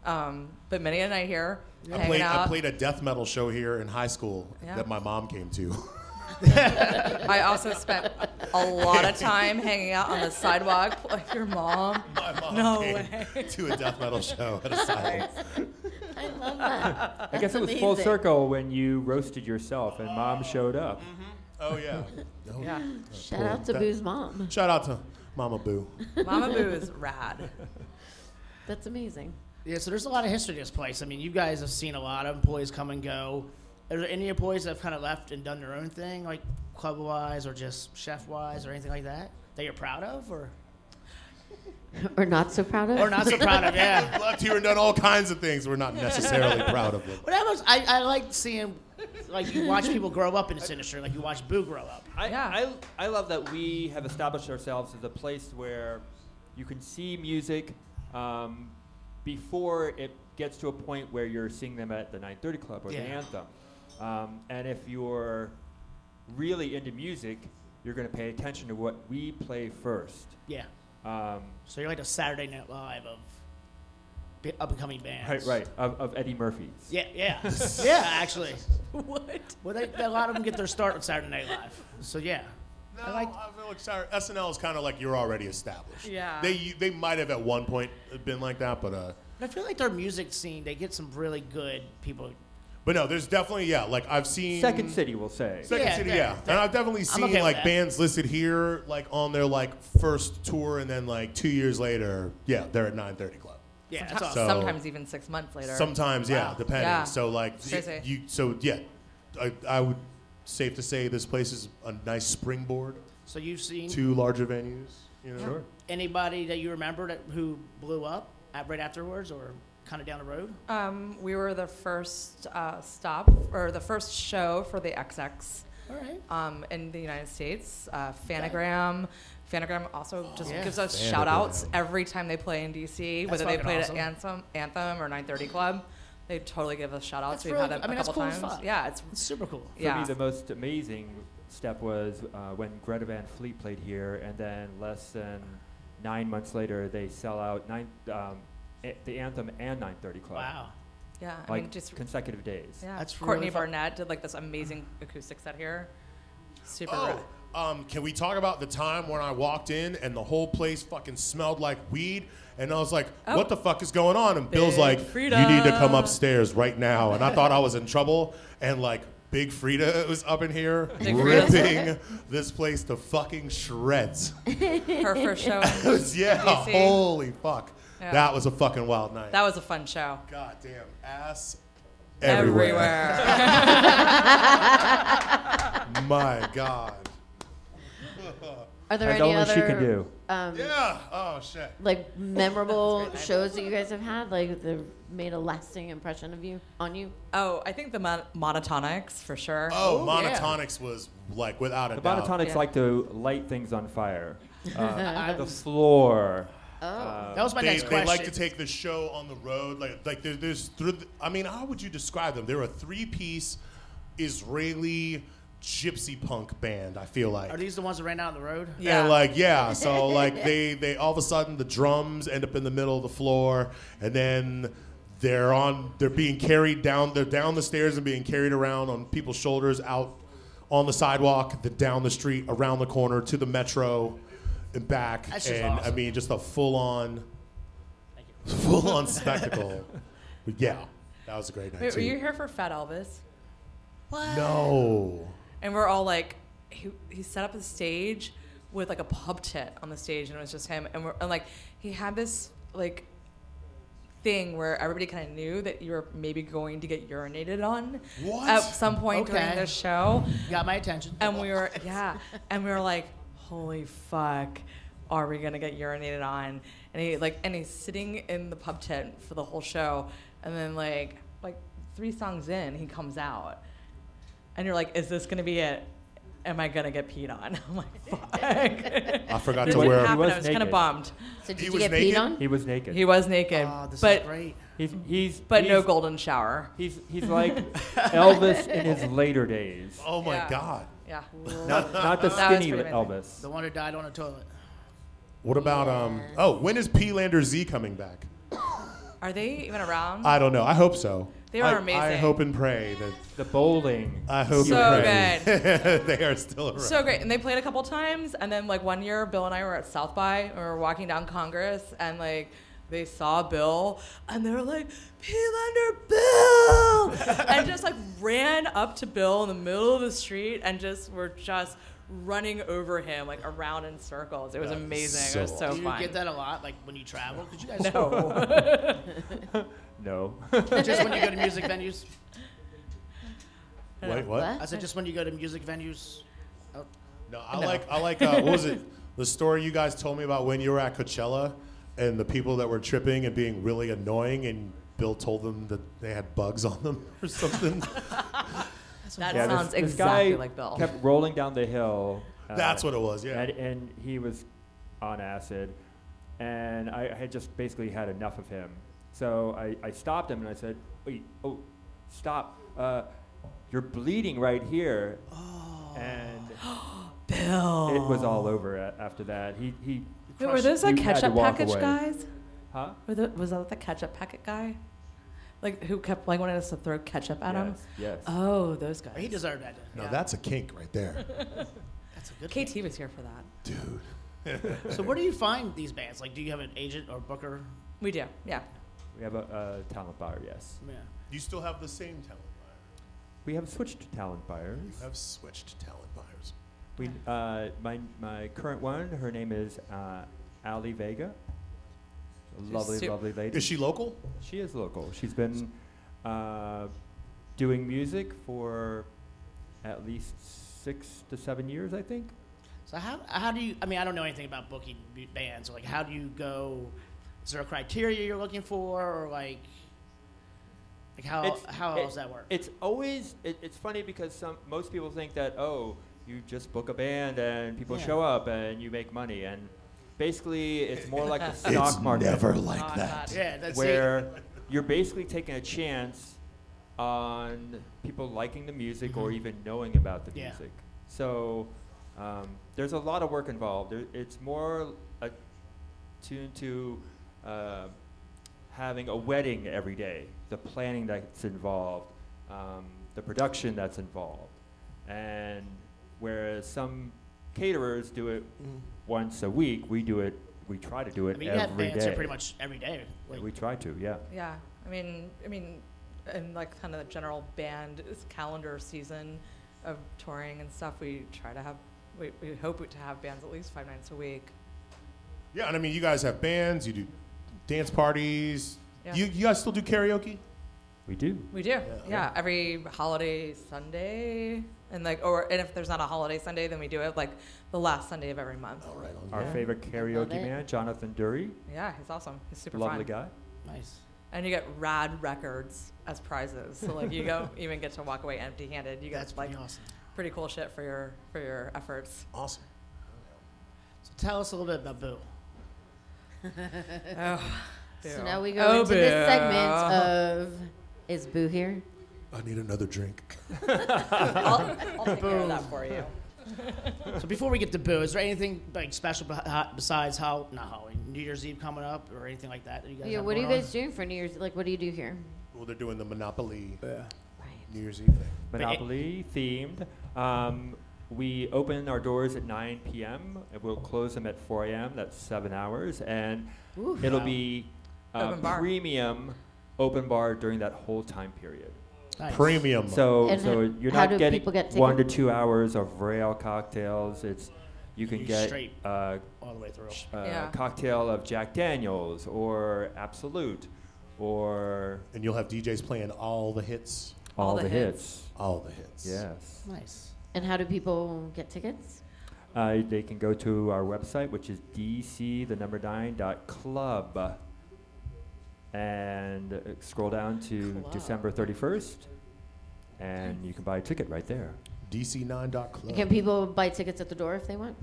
um, but many a night here I hanging played, out. I played a death metal show here in high school Yeah. that my mom came to. I also spent a lot of time hanging out on the sidewalk like your mom. my mom No came way. to a death metal show at asylum. I love that. I guess it was full amazing. circle when you roasted yourself and mom showed Mm-hmm. up. Oh yeah. No. Yeah. Shout out to That- Boo's mom. Shout out to Mama Boo. Mama Boo is rad. That's amazing. Yeah. So there's a lot of history to this place. I mean, you guys have seen a lot of employees come and go. Are there any employees that have kind of left and done their own thing, like club wise or just chef wise or anything like that, that you're proud of, or Or not so proud of? or not so proud of? Yeah. Left here and done all kinds of things we're not necessarily proud of them. But that was I, I like seeing like you watch people grow up in this industry, like you watch Boo grow up. I, Yeah. I, I love that we have established ourselves as a place where you can see music um, before it gets to a point where you're seeing them at the 930 Club or Yeah. the Anthem. Um, and if you're really into music, you're going to pay attention to what we play first. Yeah. Um, So you're like a Saturday Night Live of b- up and coming bands. Right, right. Of, of Eddie Murphy's. Yeah, yeah, yeah. Actually, What? well, they, a lot of them get their start on Saturday Night Live. So yeah, No, I I, like- feel like sorry, SNL is kind of like you're already established. Yeah. They they might have at one point been like that, but uh, but I feel like their music scene, they get some really good people. but no, there's definitely yeah. Like I've seen Second City, we'll say. Second Yeah, City, yeah, yeah. yeah. And I've definitely seen okay with like that. bands listed here, like on their like first tour, and then like two years later, yeah, they're at 9:30 Club. Yeah, that's Sometimes, awesome. sometimes even six months later. Sometimes, yeah, depending. Yeah. So like, you, Crazy. you- so yeah, I, I would safe to say this place is a nice springboard So you've Mm. seen to larger venues. You know? Sure. anybody that you remember that who blew up at, right afterwards, or kind of down the road? Um, we were the first uh, stop or the first show for the XX All right. um, in the United States. Uh, Fanagram. Fanagram also just Yeah. gives us Fanagram. shout outs every time they play in DC, That's whether they fucking played awesome. at Anthem, Anthem or 930 Club. They totally give us shout outs. That's We've really had them cool. I mean, a that's couple cool as times. fuck. Yeah, it's It's super cool. yeah. For me, the most amazing step was uh, when Greta Van Fleet played here, and then less than nine months later, they sell out nine, um, a- the anthem and 9:30 Club. Wow. yeah, I Like mean, just consecutive days. yeah. That's Courtney really fu- Barnett did like this amazing acoustic set here. Super. Oh, um, can we talk about the time when I walked in and the whole place fucking smelled like weed? And I was like, what the fuck is going on? And Bill's Oh. like, Big Frida. you need to come upstairs right now. And I thought I was in trouble. And like, Big Frida was up in here Frida's- ripping this place to fucking shreds. Her first show. It was- yeah, DC. holy fuck. Yeah. That was a fucking wild night. That was a fun show. Goddamn ass Everywhere. everywhere. My God. Are there That's any all other she can do. Um, Yeah. Oh, shit. like memorable shows that you guys have had, like that made a lasting impression of you on you? oh, I think the mon- monotonics for sure. Oh, Oh, yeah. Monotonics was like without a The doubt. Monotonics Yeah. like to light things on fire. Uh, the floor. Oh, That was my Uh, they, next they question. like to take the show on the road. Like, like there, there's, thr- I mean, how would you describe them? They're a three-piece Israeli gypsy punk band. I feel like. Are these the ones that ran out on the road? Yeah. And like, yeah. So like, they, they all of a sudden the drums end up in the middle of the floor, and then they're on, they're being carried down, they're down the stairs and being carried around on people's shoulders, out on the sidewalk, then down the street, around the corner to the metro, and back. That's just and I awesome. mean, just a full on full on spectacle. But yeah, that was a great night. Wait, were too. you here for Fat Elvis? No. And we're all like, he, he set up a stage with like a pub tent on the stage, and it was just him. And we're and like, he had this like thing where everybody kind of knew that you were maybe going to get urinated on What? at some point during Okay. the show. Got my attention. And we were yeah, and we were like, holy fuck. Are we gonna get urinated on? And he like, and he's sitting in the pub tent for the whole show, and then like, like three songs in, he comes out, and you're like, is this gonna be it? Am I gonna get peed on? I'm like, fuck. I forgot It to What didn't wear. happen. was I was kind of naked. bummed. so did he you was get naked? peed on? He was naked. He was naked, Oh, this but is great. he's, he's but no he's- golden shower. He's he's like Elvis in his later days. Oh my Yeah. God. Yeah. Not not the That was skinny pretty Elvis. The one who died on a toilet. What about um? Oh, when is P Lander Z coming back? Are they even around? I don't know. I hope so. They I- are I amazing. hope and pray that. The bowling. I hope So and pray they are still around. So great. And they played a couple times. And then, like, one year, Bill and I were at South by and we were walking down Congress, and, like, they saw Bill and they were like, Peel under Bill! and just, like, ran up to Bill in the middle of the street and just were just running over him, like, around in circles. It was That is amazing. so it was so Do you fun. get that a lot, like when you travel? Because you guys No. No. just when you go to music venues. Wait, what? What? I said just when you go to music venues. No, I like I like uh, what was it? The story you guys told me about when you were at Coachella and the people that were tripping and being really annoying and Bill told them that they had bugs on them or something. that Yeah, this- sounds this exactly guy like Bill. Kept rolling down the hill. uh, That's what it was, yeah. And, and he was on acid, and I had just basically had enough of him. So I, I stopped him and I said, "Wait, oh, stop! Uh, you're bleeding right here." Oh. And Bill. it was all over a- after that. He he. Wait, were those, like, you had to ketchup walk package away. guys? Huh? Was that, was that the ketchup packet guy? Like who kept like wanting us to throw ketchup at him? Yes, yes. Oh, those guys. He deserved that. No, that's a kink right there. That's a good. KT was here for that. one. So where do you find these bands? Like, do you have an agent or booker? We do, yeah. We have a, a talent buyer, yes. Yeah. You still have the same talent buyer. We have switched to talent buyers. You have switched talent buyers. We, uh, my, my current one, her name is uh, Ali Vega. A lovely, su- lovely lady. Is she local? She is local. She's been uh, doing music for at least six to seven years, I think. So how how do you? I mean, I don't know anything about booking b- bands. So like, how do you go? Is there a criteria you're looking for, or like, like how It's- how it- does that work? It's always it, it's funny because some most people think that oh you just book a band and people Yeah. show up and you make money and basically it's more like the stock market like Not bad. yeah, that's where you're basically taking a chance on people liking the music or even knowing about the Mm-hmm. Yeah. music. So um, there's a lot of work involved. There, it's more attuned to uh, having a wedding every day, the planning that's involved, um, the production that's involved, and whereas some caterers do it once a week, we do it. We try to do Mm. I it mean, you have every bands here day. pretty much every day. Like, we try to, yeah. Yeah. I mean I mean in like kind of the general band is calendar season of touring and stuff, we try to have we, we hope to have bands at least five nights a week. Yeah, and I mean, you guys have bands, you do dance parties. Yeah. You, you guys still do karaoke? We do. We do. Yeah. every holiday Sunday and like or and if there's not a holiday Sunday, then we do it like the last Sunday of every month. All right. Our favorite Love karaoke it. man, Jonathan Dury, Yeah, he's awesome. He's super lovely guy. fun. nice. And you get rad records as prizes. So like you don't even get to walk away empty-handed. You get That's like pretty awesome. pretty cool shit for your for your efforts. Awesome. So tell us a little bit about Boo. Oh. So boo. now we go Oh, into this segment of is Boo here? I need another drink. I'll, I'll take care of that for you. So before we get to Boo, is there anything like special beh- besides how not Halloween, New Year's Eve coming up or anything like that? that you guys Yeah, have what are you going on? guys doing for New Year's? Like, what do you do here? Well, they're doing the Monopoly Right. New Year's Eve thing. But it- Monopoly themed. Um, we open our doors at 9 p.m. and we'll close them at 4 a.m. That's seven hours, and Ooh. it'll Wow. be uh, Open bar. premium open bar during that whole time period. Nice. Premium. So, And so h- you're how not do getting people get one to two hours of rail cocktails. It's you can You get straight- uh, all the way through. a Yeah. cocktail of Jack Daniels or Absolute or And you'll have DJs playing all the hits. all, the, hits. All the hits. Yes. Nice. And how do people get tickets? Uh, they can go to our website, which is dc the number nine dot club, and uh, scroll down to Club. December thirty first, and you can buy a ticket right there. DC9.club. Can people buy tickets at the door if they want?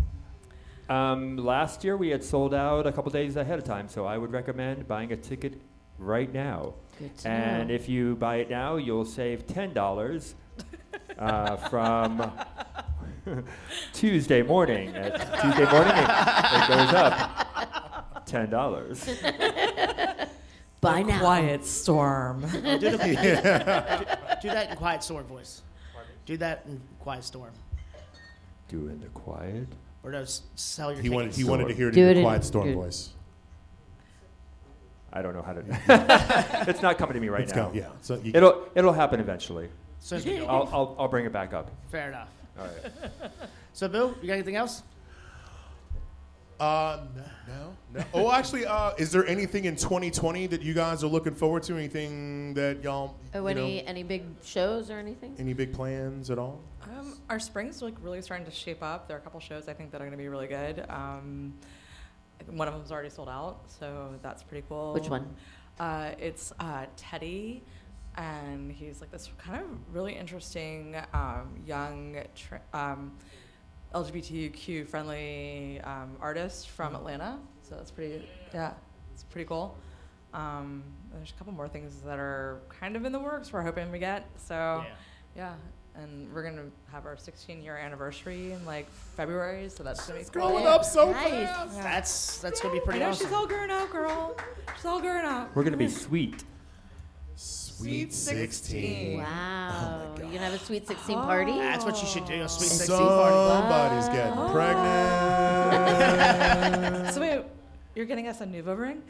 Um, last year we had sold out a couple days ahead of time, so I would recommend buying a ticket right now. Good to And Oh. know. if you buy it now, you'll save ten dollars uh, from Tuesday morning. At Tuesday morning, it, it goes up ten dollars. Buy now. Quiet storm. Do that in quiet storm voice. Do that in quiet storm. Do it in the quiet. Or to s- sell your He wanted, tickets. he wanted to hear it Do in it your in- Quiet Storm good. voice. I don't know how to. it's not coming to me right Let's now. go. Yeah. So you, It'll it'll happen eventually. Soon as we go. I'll, I'll I'll bring it back up. Fair enough. All right. So, Boo, you got anything else? Uh, n- no, no. Oh, actually, uh, is there anything in 2020 that you guys are looking forward to? Anything that y'all, Oh, you know, any any big shows or anything? any big plans at all? Um, our spring's like really starting to shape up. There are a couple shows I think that are going to be really good. Um, one of them's already sold out, so that's pretty cool. Which one? Uh, it's uh, Teddy, and he's like this kind of really interesting um, young tra- um, LGBTQ friendly um, artist from Mm-hmm. Atlanta. So that's pretty, yeah, it's pretty cool. Um, there's a couple more things that are kind of in the works. We're hoping we get so. Yeah. Yeah, and we're gonna have our 16 year anniversary in like February, so that's gonna be cool. Growing up so Nice. fast. That's that's gonna be I pretty know awesome. she's all grown up, girl. She's all grown up. We're gonna be sweet. Sweet 16. Wow. You're going to have a sweet 16 party? that's what you should do. A sweet sixteen party. Somebody's getting pregnant. So wait, you're getting us a Nuvo ring?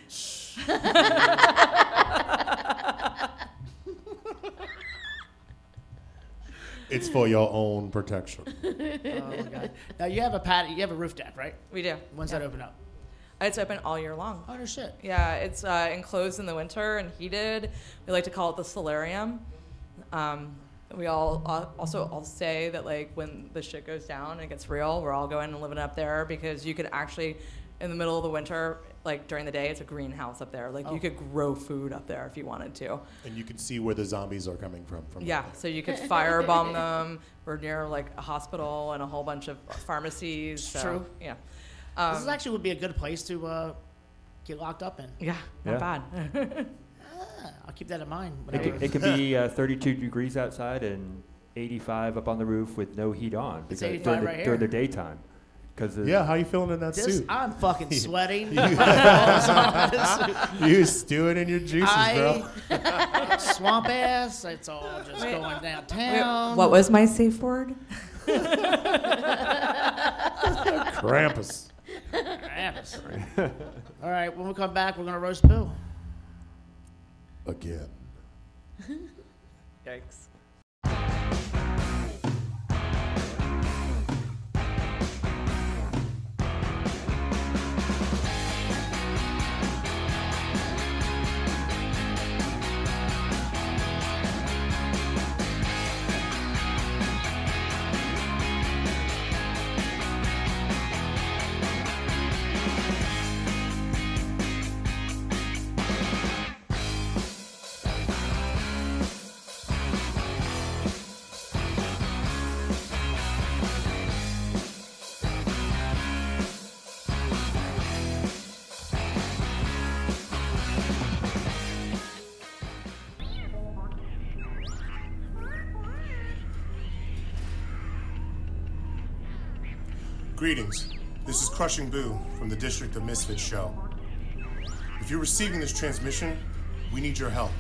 it's for your own protection. Now you have a pat. You have a roof deck, right? We do. When's that open up? It's open all year long. Oh no shit. Yeah, it's uh, enclosed in the winter and heated. We like to call it the solarium. Um, we all uh, also all say that like when the shit goes down and it gets real, we're all going and living up there because you could actually, in the middle of the winter, like during the day, it's a greenhouse up there. Like you could grow food up there if you wanted to. And you can see where the zombies are coming from. from Yeah, so you could firebomb them. We're near like a hospital and a whole bunch of pharmacies. So, True. Yeah. Um, This is actually would be a good place to uh, get locked up in. Yeah. Not Yeah. bad. I'll keep that in mind. It whenever- can, it can be uh, 32 degrees outside and 85 up on the roof with no heat on because 85 during, the, right here. during the daytime. Because Yeah, how you feeling in that This, suit? I'm fucking sweating. you stewing in your juices, bro. I swamp ass. It's all just going downtown. uh, what was my safe word? Krampus. Cramps. all right, when we come back, we're gonna roast Boo. Again. Yikes. Greetings. This is Crushing Boo from the District of Misfit Show. If you're receiving this transmission, we need your help.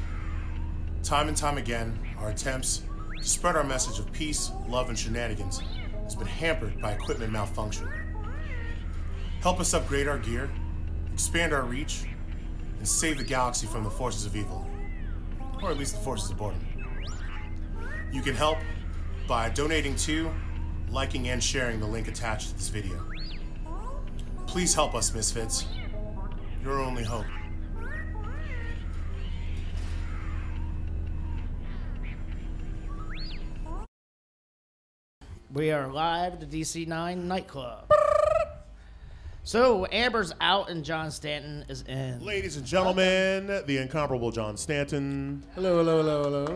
Time and time again, our attempts to spread our message of peace, love, and shenanigans has been hampered by equipment malfunction. Help us upgrade our gear, expand our reach, and save the galaxy from the forces of evil, or at least the forces of boredom. You can help by donating to, liking, and sharing the link attached to this video. Please help us, Misfits. Your only hope. We are live at the DC9 nightclub. So Amber's out and John Stanton is in. Ladies and gentlemen, the incomparable John Stanton. Hello, hello, hello,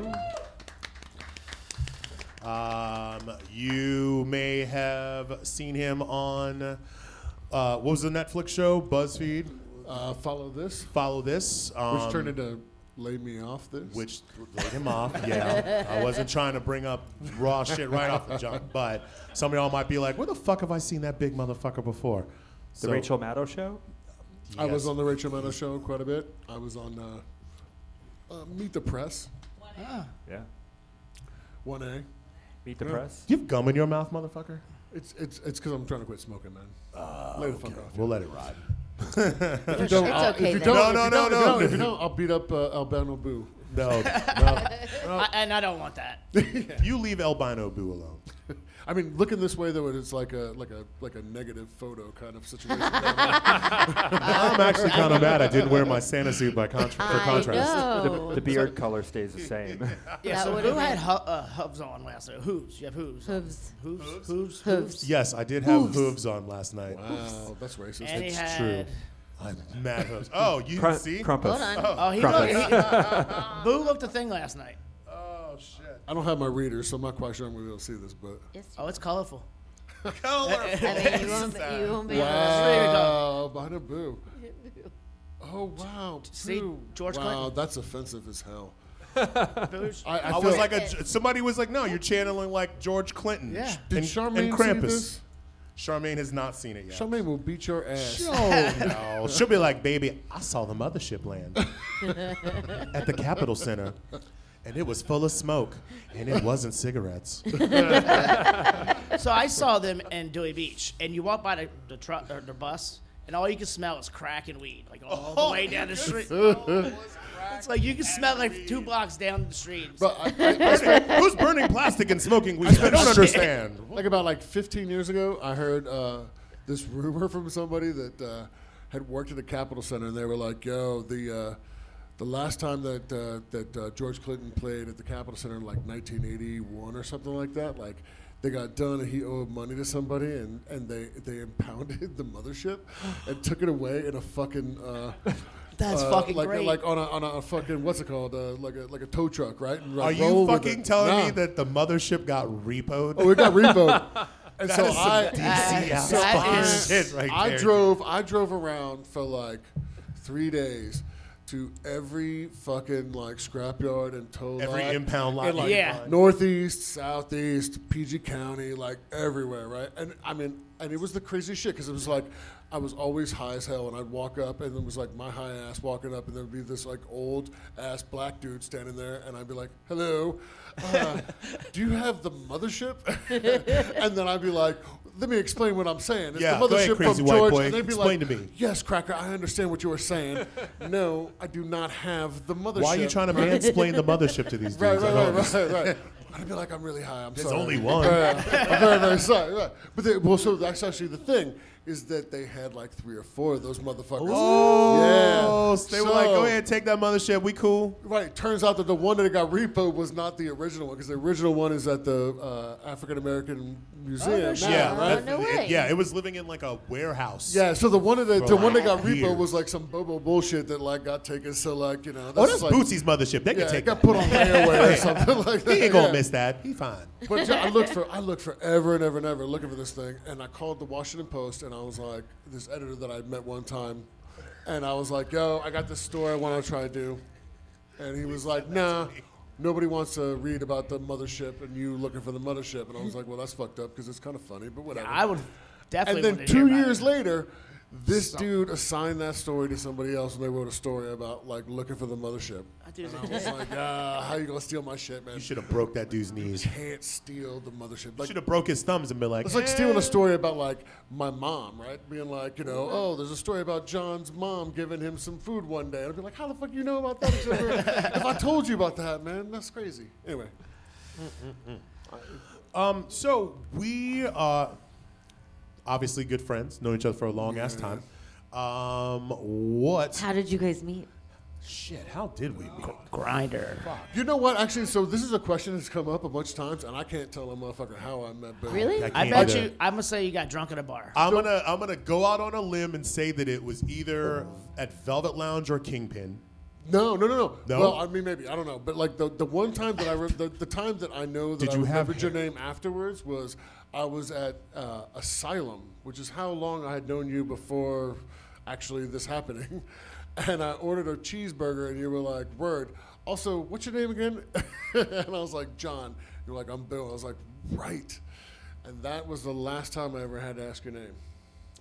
hello. Um, you may have seen him on uh, what was the Netflix show? BuzzFeed. Uh, follow this, Follow this. Um, which turned into lay me off this. which laid him off. Yeah, I wasn't trying to bring up raw shit right off the jump, but some of y'all might be like, "Where the fuck have I seen that big motherfucker before?" the Rachel Maddow show. I was yes. on the Rachel Maddow show quite a bit. I was on uh, uh, Meet the Press, Yeah. one A. Meet the press. Do you have gum in your mouth, motherfucker? It's it's it's because I'm trying to quit smoking, man. Lay the fuck off. Ah, We'll let it ride. If you don't, It's I'll- okay if you then. don't, No, if no, no, you don't- if no. you don't- If you don't, I'll beat up uh, Albano Boo. No, no. I, and I don't want that. you leave albino boo alone. I mean, looking this way though, it is like a like a like a negative photo kind of situation. I'm actually kind of mad I didn't wear my Santa suit by contra- for I contrast. know. The, the beard color stays the same. Yeah, That so would've who been- had hu- uh, hooves on last night? Hooves. You have hooves. Hooves. Hooves. Hooves. Hooves. Hooves. Yes, I did have hooves, on last night. wow, that's racist. And he It's- had. True. I'm mad hooves. Oh, you Crum- see? Crumpus. Hold on. Oh, he looked. Crumpets. he- Boo looked a thing last night. Oh shit. I don't have my reader, so I'm not quite sure I'm going to be able to see this, but Yes. Oh, it's colorful. Colorful. I mean, you won't, you won't be wow, Albano Boo. Oh wow, See, Boo. George wow, Clinton. that's offensive as hell. Boosh. I, I I feel, was like a somebody was like, no, you're channeling like George Clinton. Yeah. and, Did Charmaine and see Krampus. this? Charmaine has not seen it yet. Charmaine will beat your ass. No, she'll be like, baby, I saw the mothership land at the Capitol Center, and it was full of smoke, and it wasn't cigarettes. So I saw them in Dewey Beach, and you walk by the, the truck or the bus, and all you can smell is crack and weed, like all the way down the street. it's like you can smell like two blocks down the street. But I, I, Who's burning plastic and smoking weed? I don't understand. like about like 15 years ago, I heard uh, this rumor from somebody that uh, had worked at the Capitol Center, and they were like, "Yo, the uh, the last time that uh, that uh, George Clinton played at the Capitol Center in like 1981 or something like that, like." They got done, and he owed money to somebody, and, and they, they impounded the mothership and took it away in a fucking uh, That's uh, fucking like, great. like on a, on a fucking what's it called uh, like a like a tow truck, right? And, like, Are you roll with fucking it. telling Nah. me that the mothership got repoed? Oh, it got revoked. And That so is some I, DC so out I- fucking shit right I there. drove, I drove around for like three days to every fucking like scrapyard and tow Every lot impound lot in, you like, could Yeah. find. northeast, southeast, PG County, like everywhere, right? And I mean, and it was the crazy shit because it was like I was always high as hell, and I'd walk up, and it was like my high ass walking up, and there'd be this like old ass black dude standing there, and I'd be like, "Hello, uh, do you have the mothership?" and then I'd be like. Let me explain what I'm saying. It's Yeah, the go mothership ahead, crazy from white George. boy. And they'd be Explain like, to me. Yes, Cracker, I understand what you were saying. no, I do not have the mothership. Why are you trying to right? mansplain the mothership to these dudes? Right, I don't- right, right, right, right. I'd be like, I'm really high. I'm There's sorry. only one. Right, right. I'm very, very sorry. Right. But they, well, so that's actually the thing is that they had like three or four of those motherfuckers. Oh, yeah. so they were like, go ahead, take that mothership. We cool. Right. Turns out that the one that got repo was not the original one because the original one is at the uh, African American Museum. now, Yeah, right? that- it- no way. yeah, it was living in like a warehouse. Yeah, so the one that the one that got Right. repo was like some bobo bullshit that like got taken. So like you know, Oh, that's that's like, Bootsy's mothership. They Yeah, can it take got that. put on layaway or something like that. He ain't gonna Yeah. miss that. He fine. But I looked for I looked forever and ever and ever looking for this thing, and I called the Washington Post, and I was like, this editor that I met one time, and I was like, yo, I got this story I want to try to do, and he was like, nah. Nobody wants to read about the mothership and you looking for the mothership. And I was like, well, that's fucked up because it's kind of funny, but whatever. I would definitely. and then wanna hear two about years it. later, this dude assigned that story to somebody else and they wrote a story about like looking for the mothership. That dude's I was like, ah, how you going to steal my shit, man? You should have broke that dude's knees. can't steal the mothership. Like, Should have broke his thumbs and been like, "Eh." it's like stealing a story about like my mom, right? Being like, you know, oh, there's a story about John's mom giving him some food one day. I'd be like, how the fuck you know about that? if I told you about that, man, that's crazy. Anyway, Um, so we are obviously good friends, known each other for a long ass time. Um, what? How did you guys meet? Shit, how did we meet? Grinder. you know what? Actually, so this is a question that's come up a bunch of times, and I can't tell a motherfucker how I met Bill. Really? That I can't bet be. you. I'm gonna say you got drunk at a bar. I'm gonna I'm gonna go out on a limb and say that it was either at Velvet Lounge or Kingpin. No, no, no, no. No? Well, I mean, maybe I don't know, but like the, the one time that I re- the, the time that I know that Did I you have remembered your name afterwards was I was at uh, Asylum, which is how long I had known you before actually this happening, and I ordered a cheeseburger, and you were like, "Word." Also, what's your name again? and I was like, "John." You're like, "I'm Bill." I was like, "Right," and that was the last time I ever had to ask your name.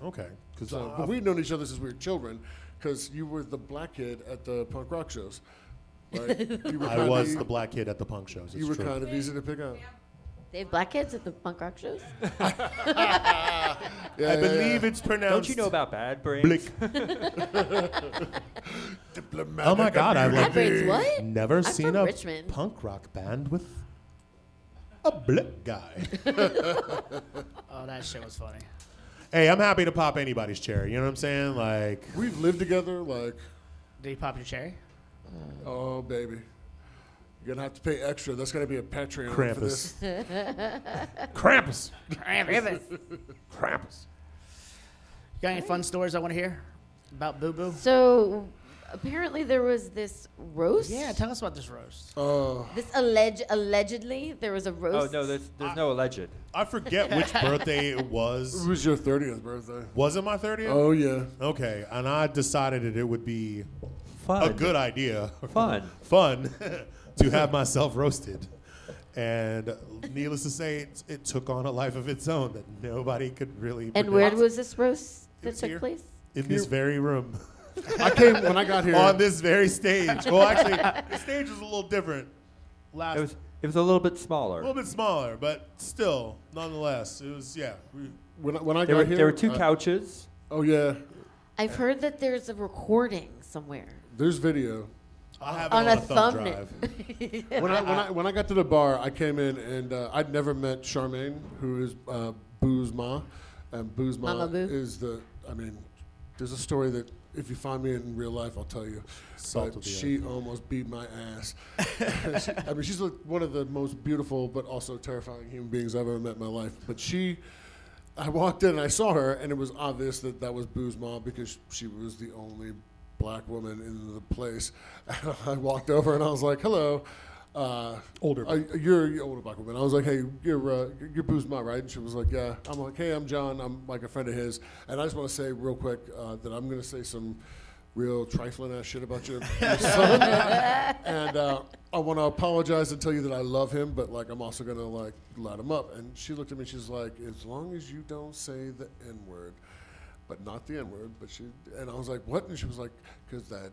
Okay, because So, but we've known each other since we were children, because you were the black kid at the punk rock shows. Right? You were I kinda was e- the black kid at the punk shows. You it's were true. kind of easy to pick up. They have black kids at the punk rock shows? I yeah, believe it's pronounced. Don't you know about bad brains? Blick. Diplomatic Oh my God! I've Bad Brains, what? never seen from a Richmond. punk rock band with a blip guy. Oh, that shit was funny. hey, I'm happy to pop anybody's cherry. You know what I'm saying? Like, We've lived together like, Did you pop your cherry? oh baby, you're gonna have to pay extra. That's gonna be a Patreon for this. Krampus. you Krampus. got any fun stories I want to hear about Boo Boo? So apparently there was this roast. Yeah, tell us about this roast. Oh, This alleged allegedly there was a Oh roast. no, there's there's no alleged. I forget which birthday it it was. was your thirtieth birthday. Was it my 30th? Oh yeah. Okay, and I decided that it would be Fun. a good idea. Fun. Fun to have myself roasted. And needless to say, it, it took on a life of its own that nobody could really. And predict. where was this roast that was took here. place? in this very room, I came when I got here. on this very stage. Well, actually, the stage was a little different. Last It was it was a little bit smaller. a little bit smaller, but still, nonetheless, it was yeah. We, when, I- when I uh, there got were here, there were two I- couches. Oh yeah, I've heard that there's a recording somewhere. there's video. I have it On on, a thumb thumbnail. drive. when I when I when I got to the bar, I came in and uh, I'd never met Charmaine, who is uh, Boo's ma, and Boo's ma Mama Boo. is the. I mean, there's a story that if you find me in real life, I'll tell you. Salt will but be she almost beat my ass. She- I mean, she's like one of the most beautiful but also terrifying human beings I've ever met in my life. But she. I walked in and I saw her, and it was obvious that that was Boo's mom because she was the only black woman in the place. And I walked over and I was like, "Hello, uh, Older uh, you're, you're older black woman." I was like, "Hey, you're uh, you're Boo's mom, right?" And she was like, "Yeah." I'm like, "Hey, I'm John. I'm like a friend of his." And I just want to say real quick uh, that I'm gonna say some real trifling ass shit about your, your son, and uh, I want to apologize and tell you that I love him, but like I'm also gonna like light him up. And she looked at me. She's like, "As long as you don't say the N word." but not the N word. But she and I was like, what? And she was like, because that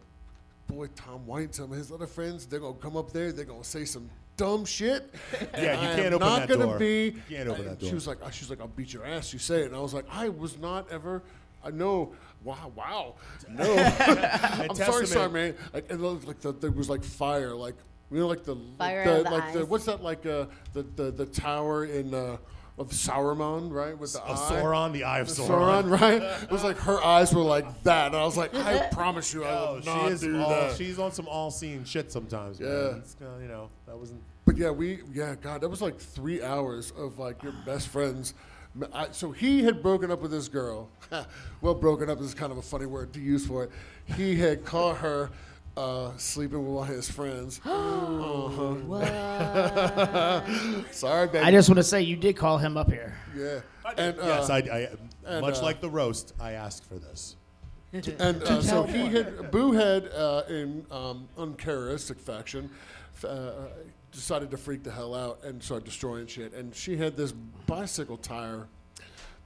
boy Tom White, and some of his other friends, they're gonna come up there, they're gonna say some dumb shit. and Yeah, you I can't am open not that gonna door. Be. You can't open and that She door. was like, she's like, I'll beat your ass. You say it, and I was like, I was not ever. I know. Wow, wow. No, I'm sorry, testament- sorry, man. Like, and it looked like the, there was like fire, like you know, like the Fire the, out of the like the eyes. what's that like uh, the, the the tower in uh, of Sauron, right? With the Of eye. Sauron, the Eye of Sauron. Sauron, right? It was like her eyes were like that, and I was like, I promise you, I Oh, will she not is do all, that. She's on some all-seeing shit sometimes. Man. Yeah. It's kinda, you know that wasn't. But yeah, we yeah, God, that was like three hours of like your best friends. M- I- so he had broken up with this girl. well, broken up is kind of a funny word to use for it. He had caught her uh, sleeping with one of his friends. uh-huh. Sorry, baby. I just want to say you did call him up here. yeah. And, uh, yes, I. I and, much uh, like the roast, I asked for this. And uh, so he had Boo had uh, in um, uncharacteristic faction f- uh, decided to freak the hell out and start destroying shit. And she had this bicycle tire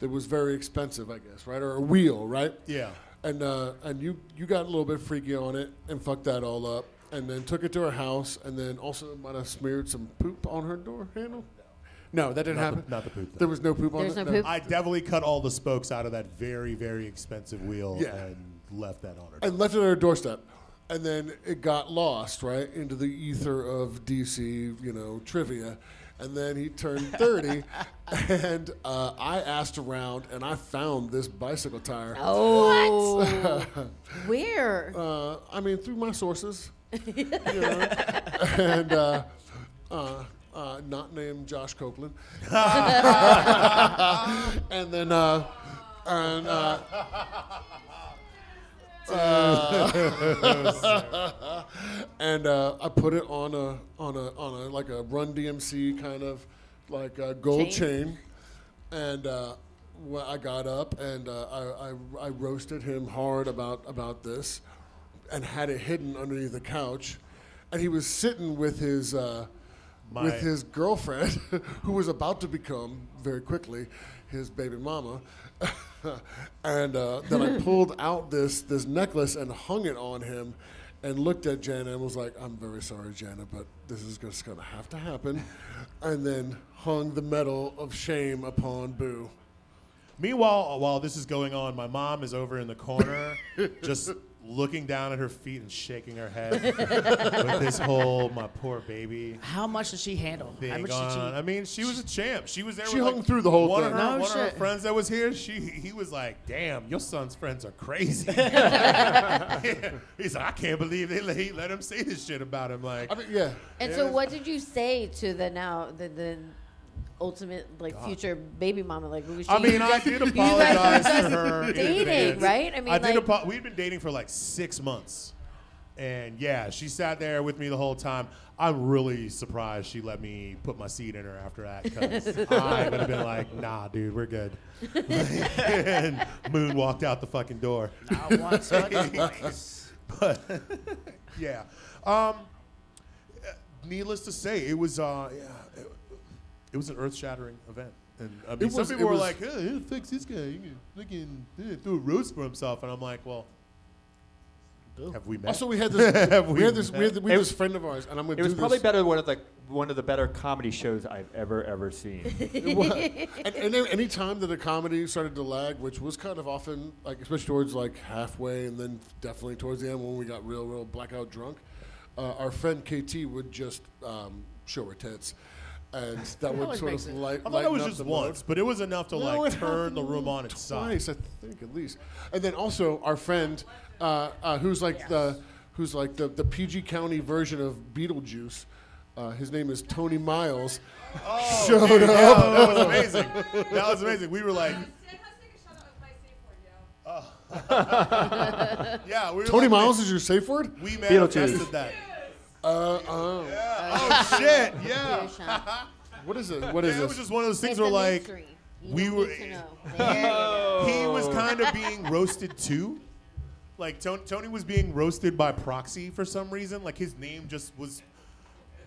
that was very expensive, I guess, right, or a wheel, right? Yeah. And uh, and you you got a little bit freaky on it and fucked that all up, and then took it to her house, and then also might have smeared some poop on her door handle. No, that didn't Not the- happen. not the poop, though. There was no poop on There's it. no poop? I definitely cut all the spokes out of that very, very expensive wheel Yeah. and left that on her. and left it at her doorstep. And then it got lost, right, into the ether of DC, you know, trivia. And then he turned 30, and uh, I asked around, and I found this bicycle tire. Oh, where? Uh, I mean, through my sources, you know, and uh, uh, uh, not named Josh Copeland. and then, uh, and uh, uh, and uh, I put it on a on a on a like a Run DMC kind of like a gold Chain. chain, and. Uh, well, I got up and uh, I, I, I roasted him hard about, about this and had it hidden underneath the couch. And he was sitting with his, uh, My- with his girlfriend, who was about to become, very quickly, his baby mama. and uh, then I pulled out this, this necklace and hung it on him and looked at Jana and was like, I'm very sorry, Jana, but this is just going to have to happen. And then hung the medal of shame upon Boo. Meanwhile, uh, while this is going on, my mom is over in the corner, just looking down at her feet and shaking her head with this whole "my poor baby" How much did she handle? How thing much did she- on. I mean, she was a champ. She was there. She with, hung like, through the whole one Of thing. her, No one of shit. her friends that was here, she he was like, "Damn, your son's friends are crazy." He's like, "I can't believe they let, he let him say this shit about him." Like, I mean, yeah. And so, what did you say to the now the the ultimate like future baby mama? Like, was she I mean, I did apologize to her. in dating, advance. right? I mean, did like- apo- we'd been dating for like six months, and yeah, she sat there with me the whole time. I'm really surprised she let me put my seed in her after that because I would have been like, "Nah, dude, we're good." and Moon walked out the fucking door. I want to- but yeah, um, uh, needless to say, it was uh, yeah, it, it was an earth-shattering event. And I mean, It some was- people it were was- like, "Hey, yeah, fix this guy. You can fucking yeah, do a roast for himself." And I'm like, "Well, have we met?" Also, we had this. Have we, we had this. We had, met? we It had was- this friend of ours, and I'm going It to do was this. probably better than one of the one of the better comedy shows I've ever ever seen. and, and then any time that a comedy started to lag, which was kind of often, like especially towards like halfway, and then definitely towards the end when we got real, real blackout drunk, uh, our friend KT would just um, show her tits, and that would always sort makes of it- light. I thought it lighten was up just the once, mood. but it was enough to No, like it turn the happened room on its side. twice, I think at least. And then also our friend, uh, uh, who's like the who's like the, the PG County version of Beetlejuice. Uh, his name is Tony Miles. showed up. that was amazing. That was amazing. We were like, yeah, we were Tony like, Miles is your safe word? We Beetlejuice. manifested that. Uh, oh. Oh shit! Yeah. What is it? What is Yeah, it was this? just one of those things where like we were- he was Oh. kind of being roasted too. Like Tony, Tony was being roasted by proxy for some reason. Like his name just was it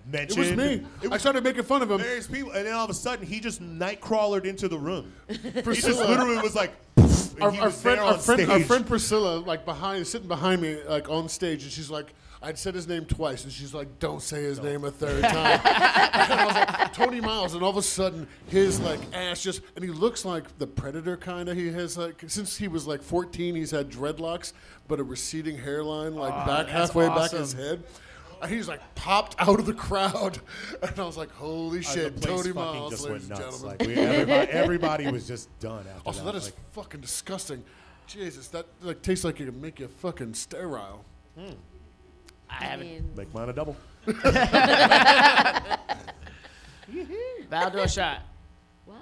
mentioned. was me. It I was started making fun of him. various people, and then all of a sudden he just nightcrawlered into the room. He just Priscilla, literally was like, "Poof," and our, he our was friend, there our on friend, our stage. friend Priscilla, like behind, sitting behind me, like on stage, and she's like, I'd said his name twice, and she's like, "Don't say his name a third time." and I was like, Tony Miles, and all of a sudden, his like ass just, and he looks like the Predator kind of. He has like, since he was like 14, he's had dreadlocks, but a receding hairline, like back halfway back his awesome. head. And he's like popped out of the crowd, and I was like, "Holy Uh, shit, the place Tony fucking Miles, just ladies went nuts. and gentlemen!" Like we, everybody, everybody was just done after Also, that. that is Like, fucking disgusting. Jesus, that like tastes like it can make you fucking sterile. I haven't. make mine a double. Val, do a shot. Why?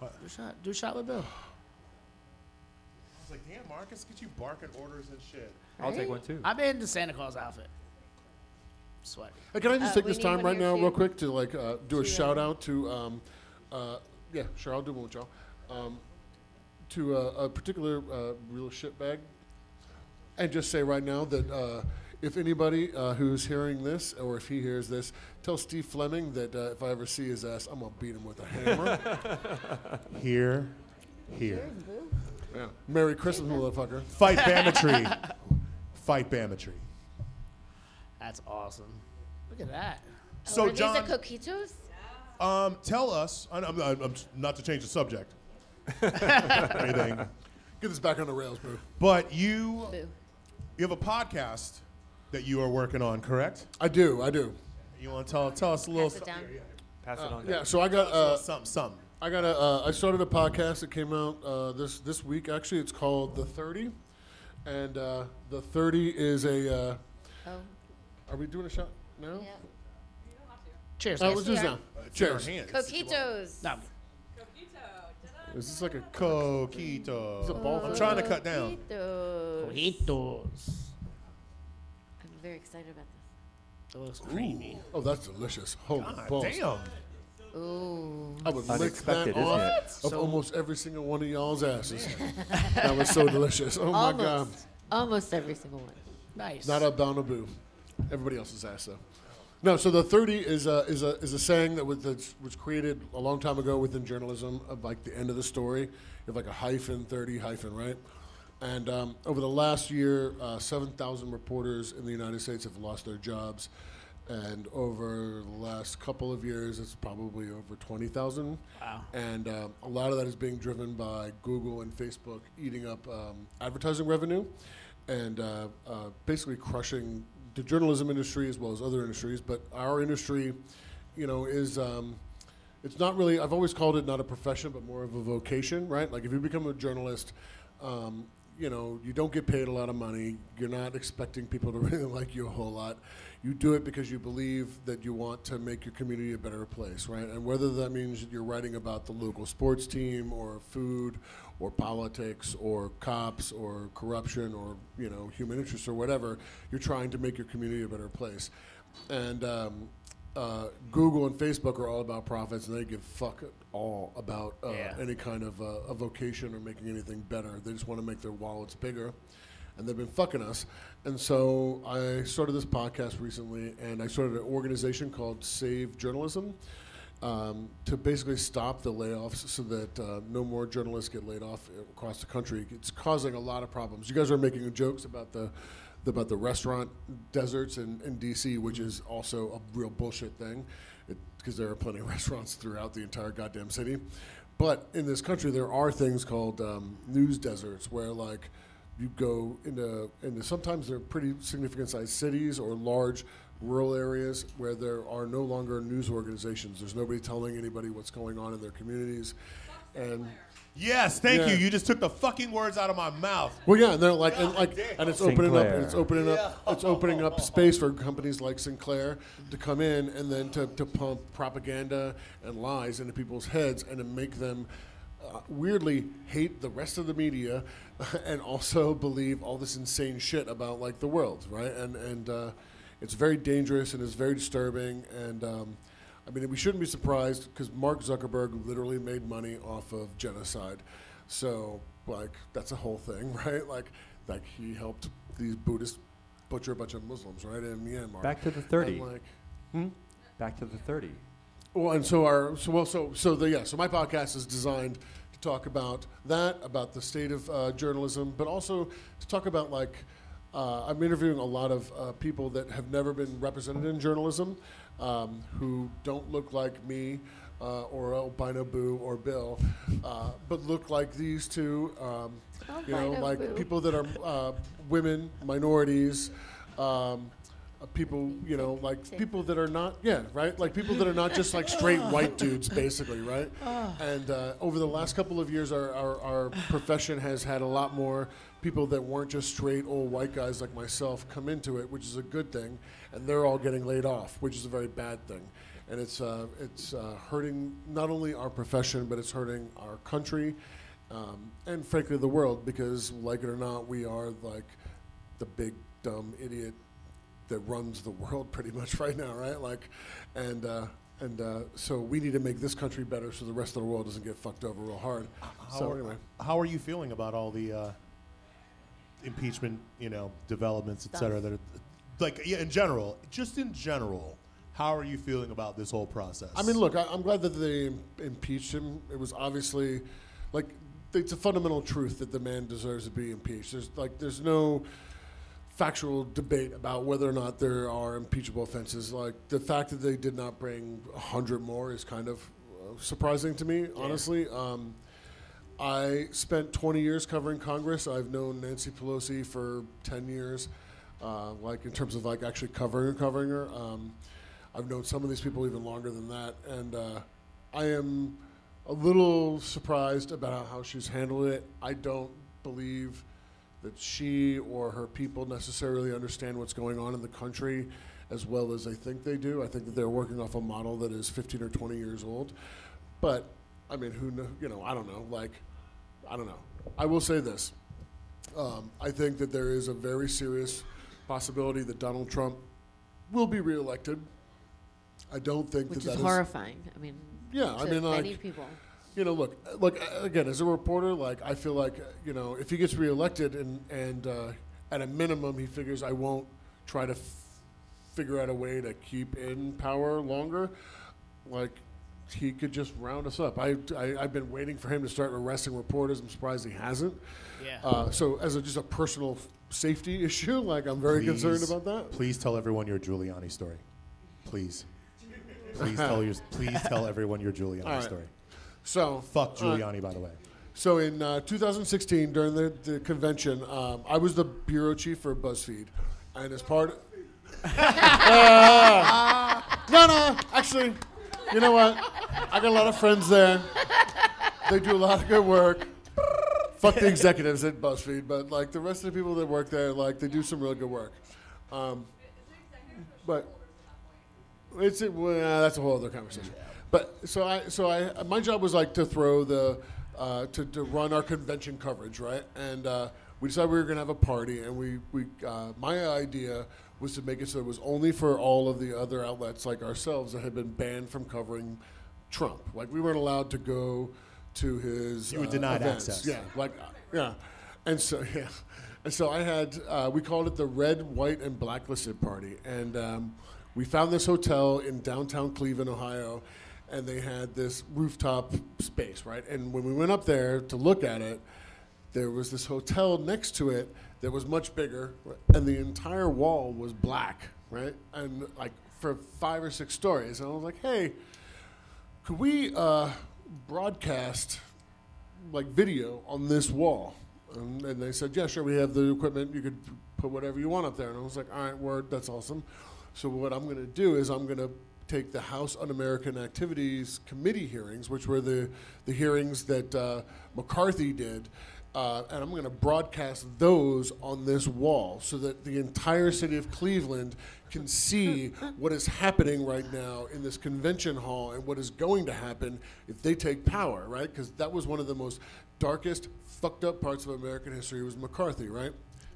Do a shot. Do a shot with Bill. It's like, damn, Marcus, get you barking orders and shit. I'll take one too. I'm in the Santa Claus outfit. Sweat. Hey, can I just Uh, take we this need time one right here now, too. real quick, to like uh, do a shout out to, um, uh, yeah, sure, I'll do one with y'all. Um, to uh, a particular uh, real shit bag, and just say right now that uh, if anybody uh, who's hearing this, or if he hears this, tell Steve Fleming that uh, if I ever see his ass, I'm gonna beat him with a hammer. Here, here. yeah. Merry Christmas, motherfucker. Fight Bametry. Fight Bametry. That's awesome. Look at that. So, Are John, these the coquitos? um, tell us, and I'm, I'm, I'm- not to change the subject, anything, Get this back on the rails, boo. but you, Boo. you have a podcast that you are working on, correct? I do, I do. You want to tell, tell us a little Pass it so- down. Pass it on. Uh, Yeah, so I got tell uh, us something, something. I got a. Uh, I started a podcast that came out uh, this this week. Actually, it's called The Thirty, and uh, The Thirty is a. Uh, Oh, are we doing a shot now? yeah. Cheers. Oh, guys. we'll do this we now. are. Uh, It's in our Cheers. hands. Coquitos. No, Is this like a? cu- Coquito. It's a ball I'm thing. trying to cut down. Coquitos. burritos. I'm very excited about this. It looks creamy. Oh, that's delicious. Holy God balls! damn. Ooh. I would lick that Unexpected, isn't off it? of almost every single one of y'all's asses. that was so delicious. Oh my god! Almost. Almost every single one. Nice. Not Abdonna Boo. Everybody else's ass though. No, so the thirty is a is a is a saying that was that's, was created a long time ago within journalism of like the end of the story. You have like a hyphen thirty hyphen right, and um, over the last year, uh, seven thousand reporters in the United States have lost their jobs, and over the last couple of years, it's probably over twenty thousand. Wow. And um, a lot of that is being driven by Google and Facebook eating up um, advertising revenue and uh, uh, basically crushing the journalism industry as well as other industries. But our industry, you know, is um, it's not really. I've always called it not a profession, but more of a vocation, right? Like if you become a journalist. Um, you know, you don't get paid a lot of money. You're not expecting people to really like you a whole lot. You do it because you believe that you want to make your community a better place, right? And whether that means that you're writing about the local sports team or food or politics or cops or corruption or you know human interest or whatever you're trying to make your community a better place and um, uh, google and facebook are all about profits and they give fuck all about uh, Yeah. any kind of uh, a vocation or making anything better they just want to make their wallets bigger and they've been fucking us. And so I started this podcast recently, and I started an organization called Save Journalism um, to basically stop the layoffs so that uh, no more journalists get laid off across the country. It's causing a lot of problems. You guys are making jokes about the about the restaurant deserts in, in DC, which is also a real bullshit thing, because there are plenty of restaurants throughout the entire goddamn city. But in this country, there are things called um, news deserts, where like you go into into sometimes they're pretty significant sized cities or large rural areas where there are no longer news organizations. There's nobody telling anybody what's going on in their communities, and Yes, thank Yeah. you. You just took the fucking words out of my mouth. well, yeah, and they're like, and like, and it's opening up, Sinclair. it's opening up, it's opening up space for companies like Sinclair to come in and then to, to pump propaganda and lies into people's heads and to make them uh, weirdly hate the rest of the media and also believe all this insane shit about like the world, right? And and uh, it's very dangerous and it's very disturbing and. Um, I mean, we shouldn't be surprised because Mark Zuckerberg literally made money off of genocide. So, like, that's a whole thing, right? Like, like he helped these Buddhists butcher a bunch of Muslims, right, in Myanmar. Back to the 30. And, like, Back to the 30. well, and so our so well so so the yeah so my podcast is designed to talk about that about the state of uh, journalism, but also to talk about like uh, I'm interviewing a lot of uh, people that have never been represented in journalism, um, who don't look like me. Uh, or albino Boo or Bill, uh, but look like these two. Um, you know, Albino like Boo. people that are uh, women, minorities, um, uh, people, you know, like people that are not, yeah, right? Like people that are not just like straight white dudes, basically, right? And uh, over the last couple of years, our, our, our profession has had a lot more people that weren't just straight old white guys like myself come into it, which is a good thing. And they're all getting laid off, which is a very bad thing. And it's, uh, it's uh, hurting not only our profession, but it's hurting our country um, and frankly the world because, like it or not, we are like the big dumb idiot that runs the world pretty much right now, right? Like, and uh, and uh, so we need to make this country better so the rest of the world doesn't get fucked over real hard. How, so are, anyway, how are you feeling about all the uh, impeachment, you know, developments, et cetera, that are, like, yeah, in general, just in general, how are you feeling about this whole process? I mean, look, I, I'm glad that they im- impeached him. It was obviously like it's a fundamental truth that the man deserves to be impeached. There's like there's no factual debate about whether or not there are impeachable offenses. Like the fact that they did not bring 100 more is kind of uh, surprising to me, honestly. Um, I spent 20 years covering Congress. I've known Nancy Pelosi for 10 years, uh, like in terms of like actually covering her, covering her. Um, I've known some of these people even longer than that, and uh, I am a little surprised about how she's handled it. I don't believe that she or her people necessarily understand what's going on in the country as well as they think they do. I think that they're working off a model that is 15 or 20 years old. But I mean, who know? You know, I don't know. Like, I don't know. I will say this: um, I think that there is a very serious possibility that Donald Trump will be reelected. I don't think which that that is is- horrifying. I mean, Yeah, I to mean, many like- people. you know, look, look uh, again as a reporter, like I feel like uh, you know, if he gets reelected and and uh, at a minimum, he figures I won't try to f- figure out a way to keep in power longer. Like he could just round us up. I, I I've been waiting for him to start arresting reporters. I'm surprised he hasn't. Yeah. Uh, so as a, just a personal f- safety issue, like I'm very concerned Please- about that. Please tell everyone your Giuliani story. Please. Please tell your. Please tell everyone your Giuliani All right. story. So Fuck uh, Giuliani, by the way. So in uh, 2016, during the, the convention, um, I was the bureau chief for BuzzFeed, and as part, Uh, no, no, actually, you know what? I got a lot of friends there. They do a lot of good work. Fuck the executives at BuzzFeed, but like the rest of the people that work there, like they do some really good work. Um, but it's a, well, that's a whole other conversation. But so I, so I, my job was like to throw the, uh, to, to run our convention coverage, right? And uh, we decided we were going to have a party, and we, we, uh, my idea was to make it so it was only for all of the other outlets like ourselves that had been banned from covering Trump. Like we weren't allowed to go to his. You were uh, denied events. access. Yeah, like, yeah, and so yeah, And so I had, uh, we called it the Red, White, and Blacklisted Party. And um, we found this hotel in downtown Cleveland, Ohio, and they had this rooftop space, right? And when we went up there to look at it, there was this hotel next to it that was much bigger, and the entire wall was black, right? And like for five or six stories. And I was like, hey, could we uh, broadcast like video on this wall? And, and they said, yeah, sure, we have the equipment. You could put whatever you want up there. And I was like, all right, word, that's awesome. So what I'm going to do is I'm going to take the House Un-American Activities Committee hearings, which were the, the hearings that uh, McCarthy did, uh, and I'm going to broadcast those on this wall so that the entire city of Cleveland can see what is happening right now in this convention hall and what is going to happen if they take power, right? Because that was one of the most darkest, fucked up parts of American history was McCarthy, right?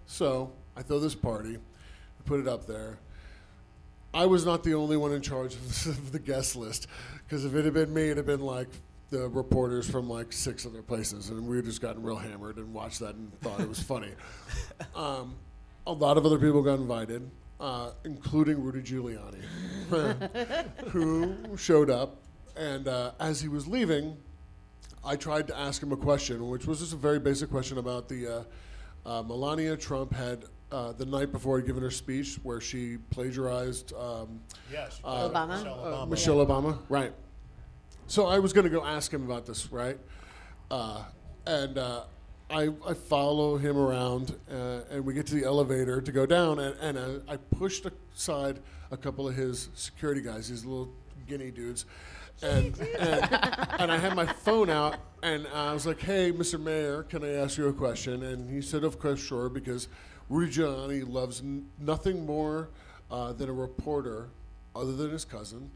So I throw this party, put it up there. I was not the only one in charge of the guest list, because if it had been me, it'd have been like the reporters from like six other places, and we just gotten real hammered and watched that and thought it was funny. Um, a lot of other people got invited, uh, including Rudy Giuliani, who showed up, and uh, as he was leaving, I tried to ask him a question, which was just a very basic question about the uh, uh, Melania Trump had. Uh, the night before had given her speech where she plagiarized um, Yeah, she uh, called Obama? Michelle uh, Obama. Michelle Obama, right? So I was going to go ask him about this, right? Uh, and uh, I, I follow him around, uh, and we get to the elevator to go down, and, and uh, I pushed aside a couple of his security guys, these little guinea dudes. And, and, and I had my phone out, and I was like, hey, Mr. Mayor, can I ask you a question? And he said, of course, sure, because Rudy Giuliani loves n- nothing more uh, than a reporter other than his cousin.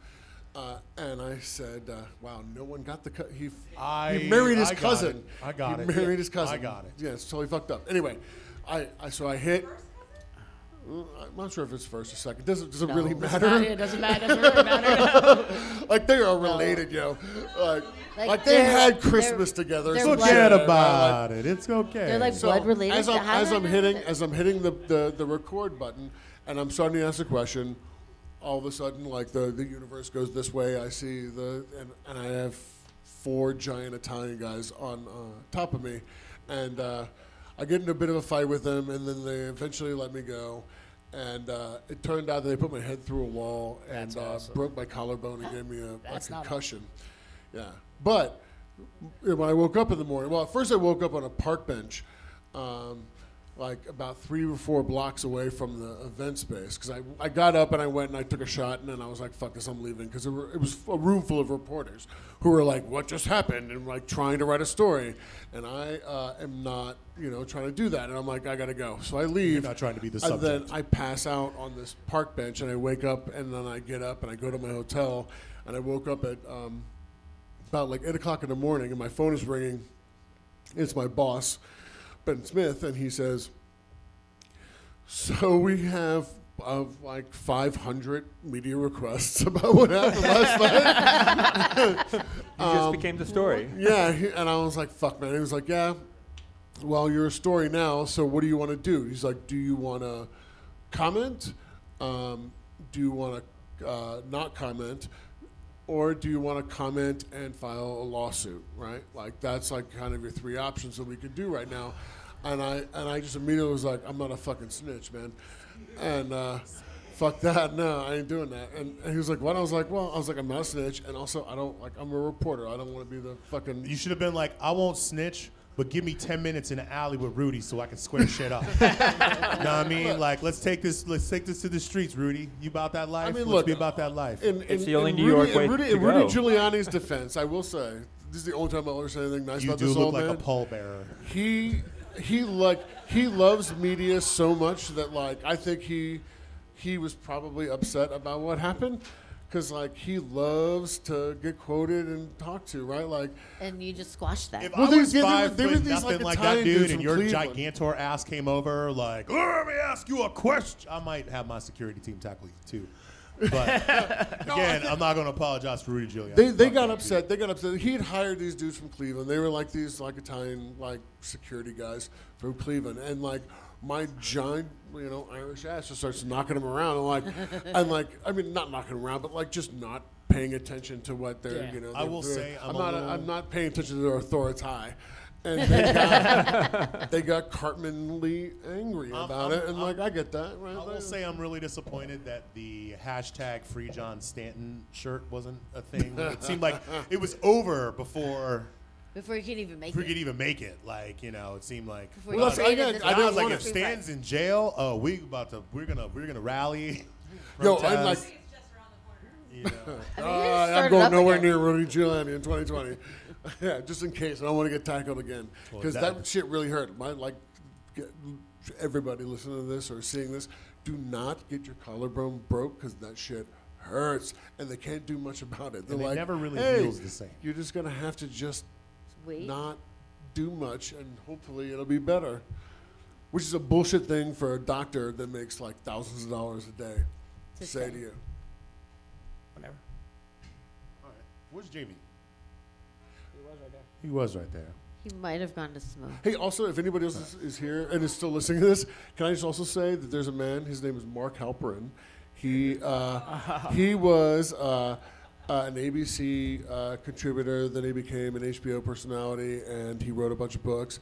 Uh, and I said, uh, "Wow, no one got the cut. He, f- I- he married his I got cousin. it. I got he it. Married Yeah, his cousin. I got it. Yeah, it's totally fucked up. Anyway, I, I so I hit. I'm not sure if it's first or second. Does it, does it Oh, really matter? It doesn't matter. Doesn't really matter. like they are related, yo. Like, like, Like, they they're- had they're- Christmas together. they're some blood- shit, Forget right? about it. It's okay. They're like blood related. As to I'm, how as do I I'm know hitting that? as I'm hitting the, the, the record button and I'm starting to ask a question, all of a sudden like the, the universe goes this way. I see the and, and I have four giant Italian guys on uh, top of me, and uh, I get into a bit of a fight with them, and then they eventually let me go. And uh, it turned out that they put my head through a wall and uh, broke my collarbone and gave me a, a That's not concussion. Yeah, but when I woke up in the morning, well, at first I woke up on a park bench, um, like about three or four blocks away from the event space. Because I, I got up and I went and I took a shot, and then I was like, fuck this, I'm leaving. Because it, were- it was a room full of reporters who were like, what just happened? And like trying to write a story. And I uh, am not, you know, trying to do that. And I'm like, I gotta go. So I leave. not trying to be the And then subject. I pass out on this park bench, and I wake up, and then I get up and I go to my hotel, and I woke up at. Um, about like eight o'clock in the morning, and my phone is ringing. It's my boss, Ben Smith, and he says, "So we have uh, like 500 media requests about what happened last night." You just became the story. Yeah, he, and I was like, "Fuck, man." He was like, "Yeah, well, you're a story now. So what do you want to do?" He's like, "Do you want to comment? Um, do you want to uh, not comment, or do you want to comment and file a lawsuit? Right? Like that's like kind of your three options that we could do right now." And I and I just immediately was like, "I'm not a fucking snitch, man," and. Uh, Fuck that! No, I ain't doing that. And, and he was like, "What?" I was like, "Well, I was like, I'm not a snitch, and also I don't like I'm a reporter. I don't want to be the fucking You should have been like, I won't snitch, but give me 10 minutes in the alley with Rudy so I can square shit up. know what I mean? Like, let's take this let's take this to the streets, Rudy. You about that life? mean, let's look, be about that life. in, It's in- the only in New Rudy, York in way Rudy, to in Rudy go. Giuliani's defense, I will say this is the only time I'll ever say anything nice you about do this look old like man. a pallbearer. he he like he loves media so much that like I think he he was probably upset about what happened because like he loves to get quoted and talked to, right? Like and you just squash that. If Well, I they- was yeah, they were- five they were foot these, like, nothing like that Italian dude, dudes and from your Cleveland. gigantor ass came over, like, "Oh, let me ask you a question. I might have my security team tackle you too. But again, I'm not going to apologize for Rudy Giuliani. They, they Fuck got that upset. They got upset. He had hired these dudes from Cleveland. They were like these like Italian like security guys from Cleveland, and like my giant, you know, Irish ass just starts knocking him around. I'm like, I'm like, I mean, not knocking him around, but like just not paying attention to what they're, Yeah. you know. I they're will doing. say I'm a not, little- I'm not paying attention to their authority. And they got, they got Cartmanly angry I'm- I'm- about it, and I'm- like I get that. Right? I will Like, say I'm really disappointed that the hashtag Free John Stanton shirt wasn't a thing. it seemed like it was over before Before you can even make we could it. even make it. Like you know, it seemed like. Before Well, you that's- can I even got- I, I decide was didn't like, want if it. Stan's in jail, oh, we about to, we're gonna, we're gonna rally. Yo, I'm like, protest, you know. I mean, you just Uh, start I'm it going up nowhere again. near Rudy Giuliani in 2020. yeah, just in case. I don't want to get tackled again Well, because that- that, shit really hurt. My like, get, everybody listening to this or seeing this, do not get your collarbone broke because that shit hurts, and they can't do much about it. They're it like, never really hey, heals the same." You're just gonna have to just Wait. not do much, and hopefully it'll be better. Which is a bullshit thing for a doctor that makes like thousands of dollars a day to say, to you. Whatever. All right. Where's Jamie? He was right there. He might have gone to smoke. Hey, also, if anybody else is, is here and is still listening to this, can I just also say that there's a man. His name is Mark Halperin. He uh, he was uh, uh, an ABC uh, contributor. Then he became an HBO personality, and he wrote a bunch of books.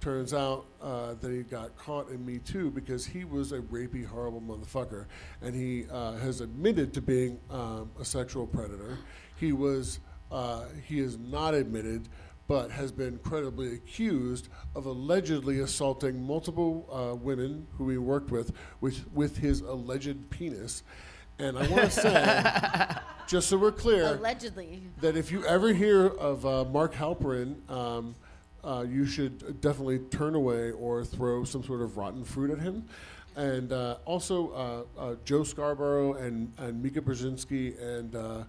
Turns out uh, that he got caught in Me Too because he was a rapey, horrible motherfucker, and he uh, has admitted to being um, a sexual predator. He was uh, he is not admitted but has been credibly accused of allegedly assaulting multiple uh, women who he worked with, with with his alleged penis. And I want to say, just so we're clear, Allegedly. that if you ever hear of uh, Mark Halperin, um, uh, you should definitely turn away or throw some sort of rotten fruit at him. And uh, also uh, uh, Joe Scarborough and, and Mika Brzezinski and uh,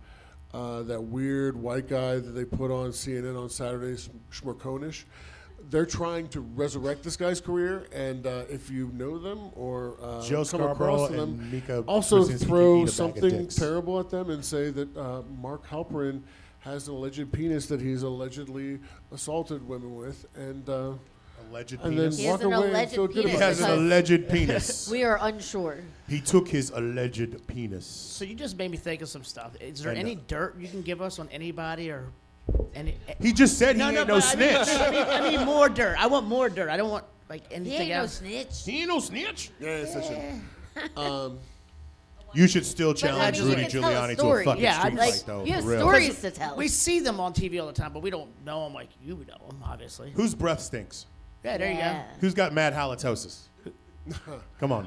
uh, that weird white guy that they put on CNN on Saturdays, Schmirkonish. They're trying to resurrect this guy's career, and uh, if you know them or uh, Joe come across Scarborough to them, and Mika also Brzezinski can eat a throw bag of something dicks. terrible terrible at them and say that uh, Mark Halperin has an alleged penis that he's allegedly assaulted women with, and uh, Alleged and penis. He then has walk an away and alleged feel good He penis about has it. an because- alleged penis. We are unsure. he took his alleged penis. So you just made me think of some stuff. Is there I know. any dirt you can give us on anybody or any? eh? He just said he ain't no, but I mean- snitch. I, mean, I mean more dirt. I want more dirt. I don't want like He anything ain't no else. snitch. he ain't no snitch. Yeah, it's such a- um, You should still I challenge mean, you Rudy can tell a Giuliani to a story. fucking Yeah, street I'd like- fight, though. you have for real. stories to tell. we see them on TV all the time, but we don't know them like you know them, obviously. Whose breath stinks? Yeah, there Yeah. Who's got mad halitosis? Come on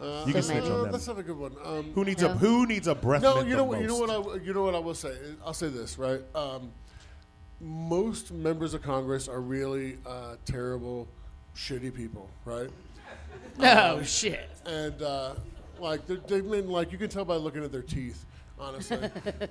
now. you can so snitch many. on uh, them. that's not a good one. Um, Who needs a Who needs a breath? no, mint you the know what? You know most? what? I, w- you know what I will say. I'll say this right. Um, most members of Congress are really uh, terrible, shitty people, right? you go. No shit. and uh, like they're, they've been like you can tell by looking at their teeth, honestly,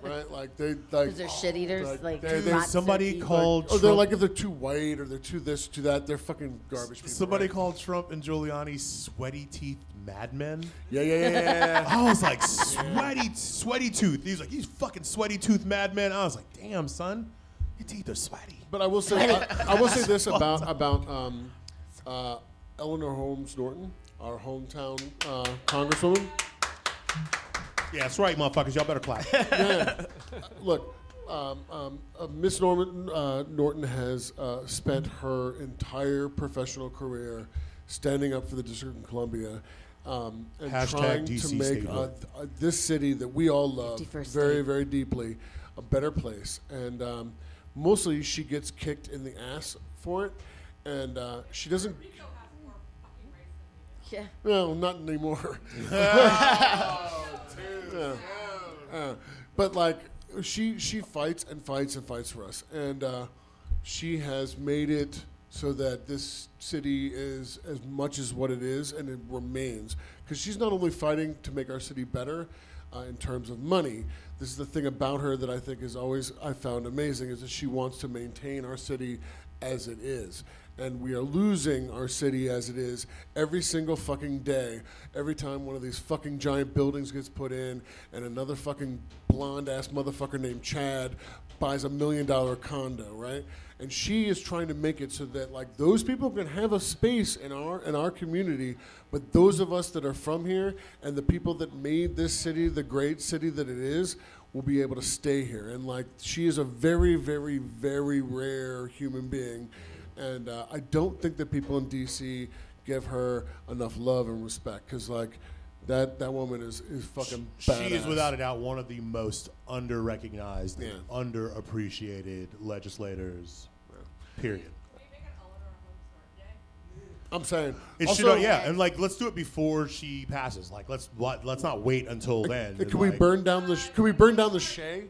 right? Like they like Because they're shit eaters. Like, like, they- they- lots of somebody people. called- like, or they're Trump- like if they're too white or they're too this too that they're fucking garbage people. Somebody right? called Trump and Giuliani sweaty teeth madmen. Yeah, yeah, yeah, yeah, yeah. I was like, sweaty, sweaty tooth. He was like, he's fucking sweaty tooth madman. I was like, damn, son, your teeth are sweaty. But I will say I, I will say this about about um, uh, Eleanor Holmes Norton, our hometown uh, congresswoman. Yeah, that's right, motherfuckers. Y'all better clap. Look, um, um, uh, Miss Norman uh, Norton has uh, spent her entire professional career standing up for the District of Columbia um, and Hashtag trying DC to make uh, statehood. th- uh, this city that we all love 51st very, state. very deeply a better place. And um, mostly, she gets kicked in the ass for it, and uh, she doesn't. Yeah. No, not anymore. Uh, but like she she fights and fights and fights for us, and uh, she has made it so that this city is as much as what it is, and it remains because she's not only fighting to make our city better. Uh, in terms of money, this is the thing about her that I think is always I found amazing is that she wants to maintain our city as it is. And we are losing our city as it is every single fucking day. Every time one of these fucking giant buildings gets put in, and another fucking blonde ass motherfucker named Chad buys a million dollar condo, right? And she is trying to make it so that like those people can have a space in our in our community, but those of us that are from here and the people that made this city the great city that it is will be able to stay here. And like she is a very very very rare human being, and uh, I don't think that people in D.C. give her enough love and respect because like. That, that woman is, is fucking She is badass. without a doubt one of the most under-recognized, Yeah. underappreciated legislators. Period. I'm saying It also, should, yeah, and like let's do it before she passes. Like let's what, let's not wait until then. Can And, we like, burn down the? Sh- can we burn down the Shay?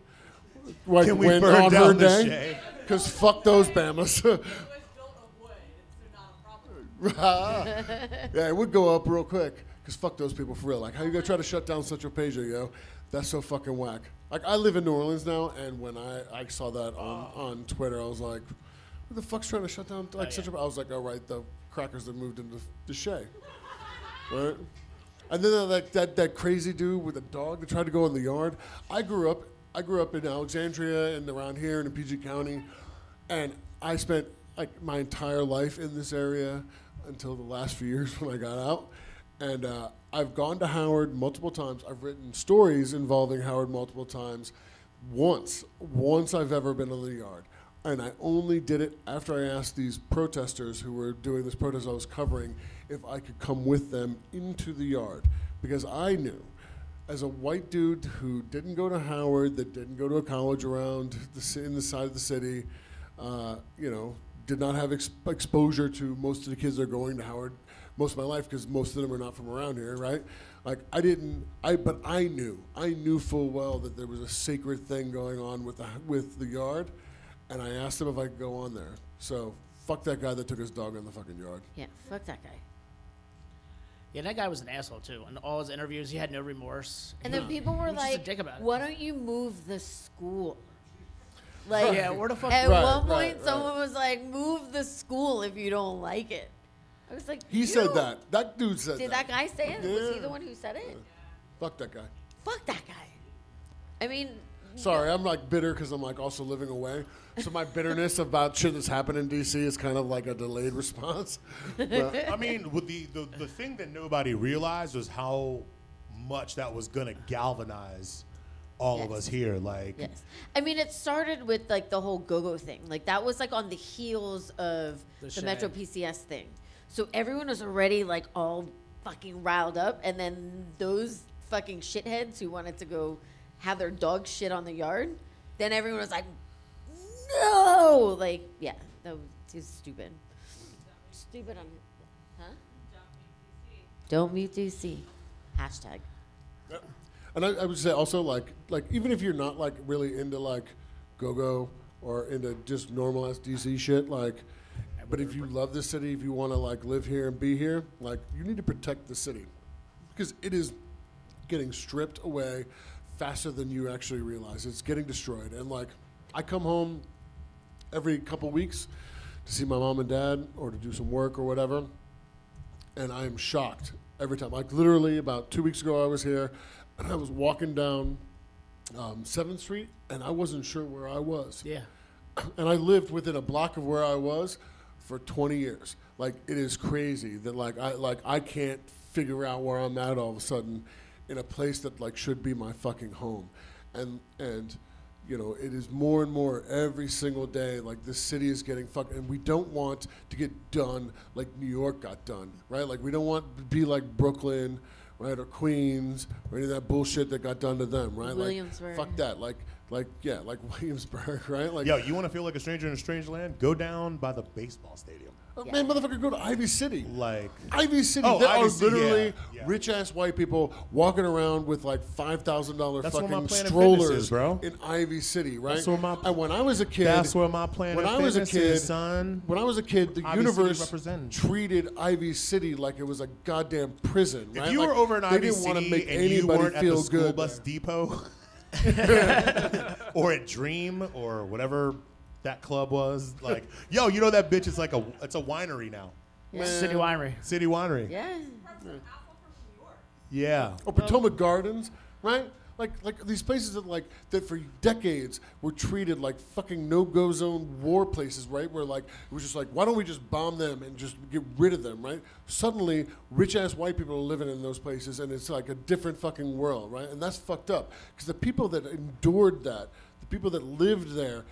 Like Can we burn on down her the day? Shay? Because fuck those Bamas. yeah, it would go up real quick. Because fuck those people for real. Like, how you gonna try to shut down Central Pager, yo? That's so fucking whack. Like, I live in New Orleans now, and when I, I saw that on, on Twitter, I was like, who the fuck's trying to shut down like Central? I was like, all right, the crackers that moved into the Shay, right? And then uh, like that that crazy dude with the dog that tried to go in the yard. I grew up I grew up in Alexandria and around here and in PG County, and I spent like my entire life in this area until the last few years when I got out. And uh, I've gone to Howard multiple times. I've written stories involving Howard multiple times. Once, once I've ever been in the yard. And I only did it after I asked these protesters who were doing this protest I was covering if I could come with them into the yard. Because I knew, as a white dude who didn't go to Howard, that didn't go to a college around the, ci- in the side of the city, uh, you know, did not have ex- exposure to most of the kids that are going to Howard most of my life because most of them are not from around here, right? Like I didn't, I but I knew, I knew full well that there was a sacred thing going on with the with the yard, and I asked him if I could go on there. So fuck that guy that took his dog in the fucking yard. Yeah, fuck that guy. Yeah, that guy was an asshole too. In all his interviews, he had no remorse. And He- then people were he was just a like, dick about it. "Why don't you move the school?" Like, Yeah, where the fuck- At Right, one point, right, right. someone was like, "Move the school if you don't like it." I was like, He "You said that. That dude said Did that that. guy say it? Was he Yeah. the one who said it? Fuck that guy. Fuck that guy. I mean, Sorry, I'm like bitter because I'm like also living away. So my bitterness about shit that's happened in DC is kind of like a delayed response. But- I mean, with the, the the thing that nobody realized was how much that was gonna galvanize all of Yes. us here. Like, Yes. I mean, it started with like the whole go-go thing. Like that was like on the heels of The the, shag. Metro PCS thing. So everyone was already like all fucking riled up, and then those fucking shitheads who wanted to go have their dog shit on the yard, then everyone was like, no, like yeah, that was just stupid. Stupid on, huh? Don't mute DC. Hashtag. And I, I would say also like like even if you're not like really into like go go or into just normal ass DC shit, like but if you love this city, if you want to like live here and be here, like you need to protect the city because it is getting stripped away faster than you actually realize. It's getting destroyed. And like I come home every couple weeks to see my mom and dad or to do some work or whatever and I am shocked every time. Like literally about two weeks ago, I was here, and I was walking down um, Seventh Street, and I wasn't sure where I was. yeah, And I lived within a block of where I was for 20 years. Like it is crazy that like I like I can't figure out where I'm at all of a sudden, in a place that like should be my fucking home, and and. You know, it is more and more every single day. Like this city is getting fucked, and we don't want to get done like New York got done, right? Like we don't want to be like Brooklyn, right, or Queens, or any of that bullshit that got done to them, right? Williamsburg. Like, fuck that. Like, like yeah, like Williamsburg, right? Like, yo, you want to feel like a stranger in a strange land? Go down by the baseball stadium. Oh, Man, motherfucker, go to Ivy City. Like, Ivy City. Oh, there Ivy are City, literally yeah, yeah. rich ass white people walking around with like five thousand dollar That's where my fucking Planet Fitness strollers is, bro. in Ivy City, right? That's where my- and when I was a kid, that's where my Planet when I was a Fitness is, kid, son. When I was a kid, the Ivy City universe represented. treated Ivy City like it was a goddamn prison. if right? you Like, were over in they Ivy didn't City want to make and anybody you weren't at feel the school good. bus depot, or at Dream, or whatever that club was. Like, yo, you know that bitch is like a it's a winery now. City Winery. City winery. Yeah. Yeah. Or Oh, Potomac Gardens, right? Like like these places that like that for decades were treated like fucking no go zone war places, right? Where like it was just like why don't we just bomb them and just get rid of them, right? Suddenly rich ass white people are living in those places and it's like a different fucking world, right? And that's fucked up because the people that endured that, the people that lived there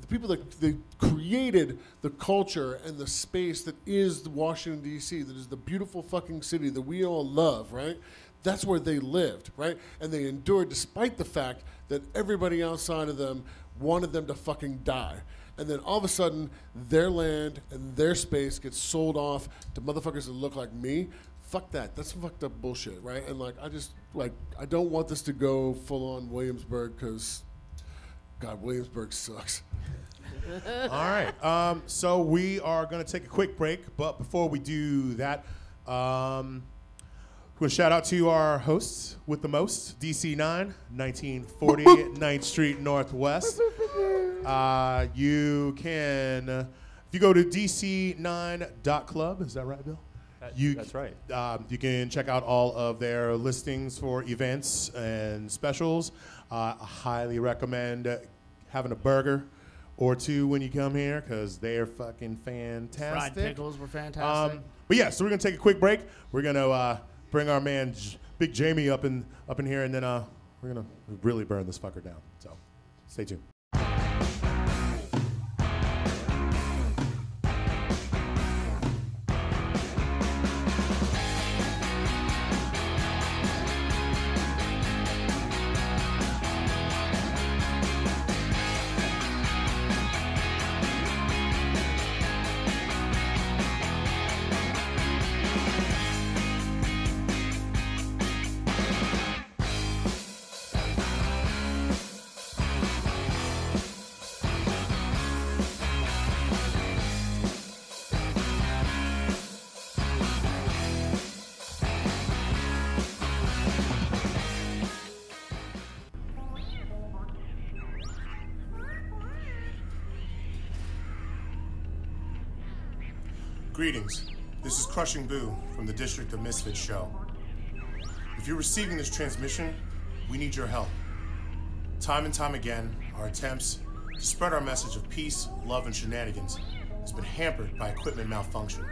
the people that they created the culture and the space that is the Washington D.C. that is the beautiful fucking city that we all love, right? That's where they lived, right? And they endured despite the fact that everybody outside of them wanted them to fucking die. And then all of a sudden, their land and their space gets sold off to motherfuckers that look like me. Fuck that. That's some fucked up bullshit, right? And like, I just like, I don't want this to go full on Williamsburg because God, Williamsburg sucks. All right. Um, so we are going to take a quick break, but before we do that, um, we'll shout out to our hosts with the most DC 9, 1940 9th Street Northwest. Uh, you can, if you go to dc9.club, is that right, Bill? That- that's right. Um, you can check out all of their listings for events and specials. Uh, I highly recommend uh, having a burger or two when you come here because they're fucking fantastic. Fried pickles were fantastic. Um, but yeah, so we're gonna take a quick break. We're gonna uh, bring our man J- Big Jamie up in up in here, and then uh, we're gonna really burn this fucker down. So stay tuned. Greetings. This is Crushing Boo from the District of Misfit Show. If you're receiving this transmission, we need your help. Time and time again, our attempts to spread our message of peace, love, and shenanigans has been hampered by equipment malfunction.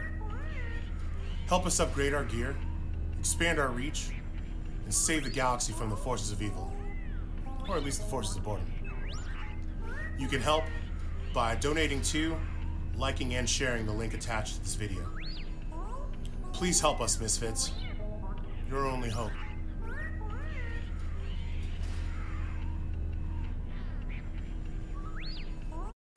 Help us upgrade our gear, expand our reach, and save the galaxy from the forces of evil, or at least the forces of boredom. You can help by donating to, liking, and sharing the link attached to this video. Please help us, Misfits. Your only hope.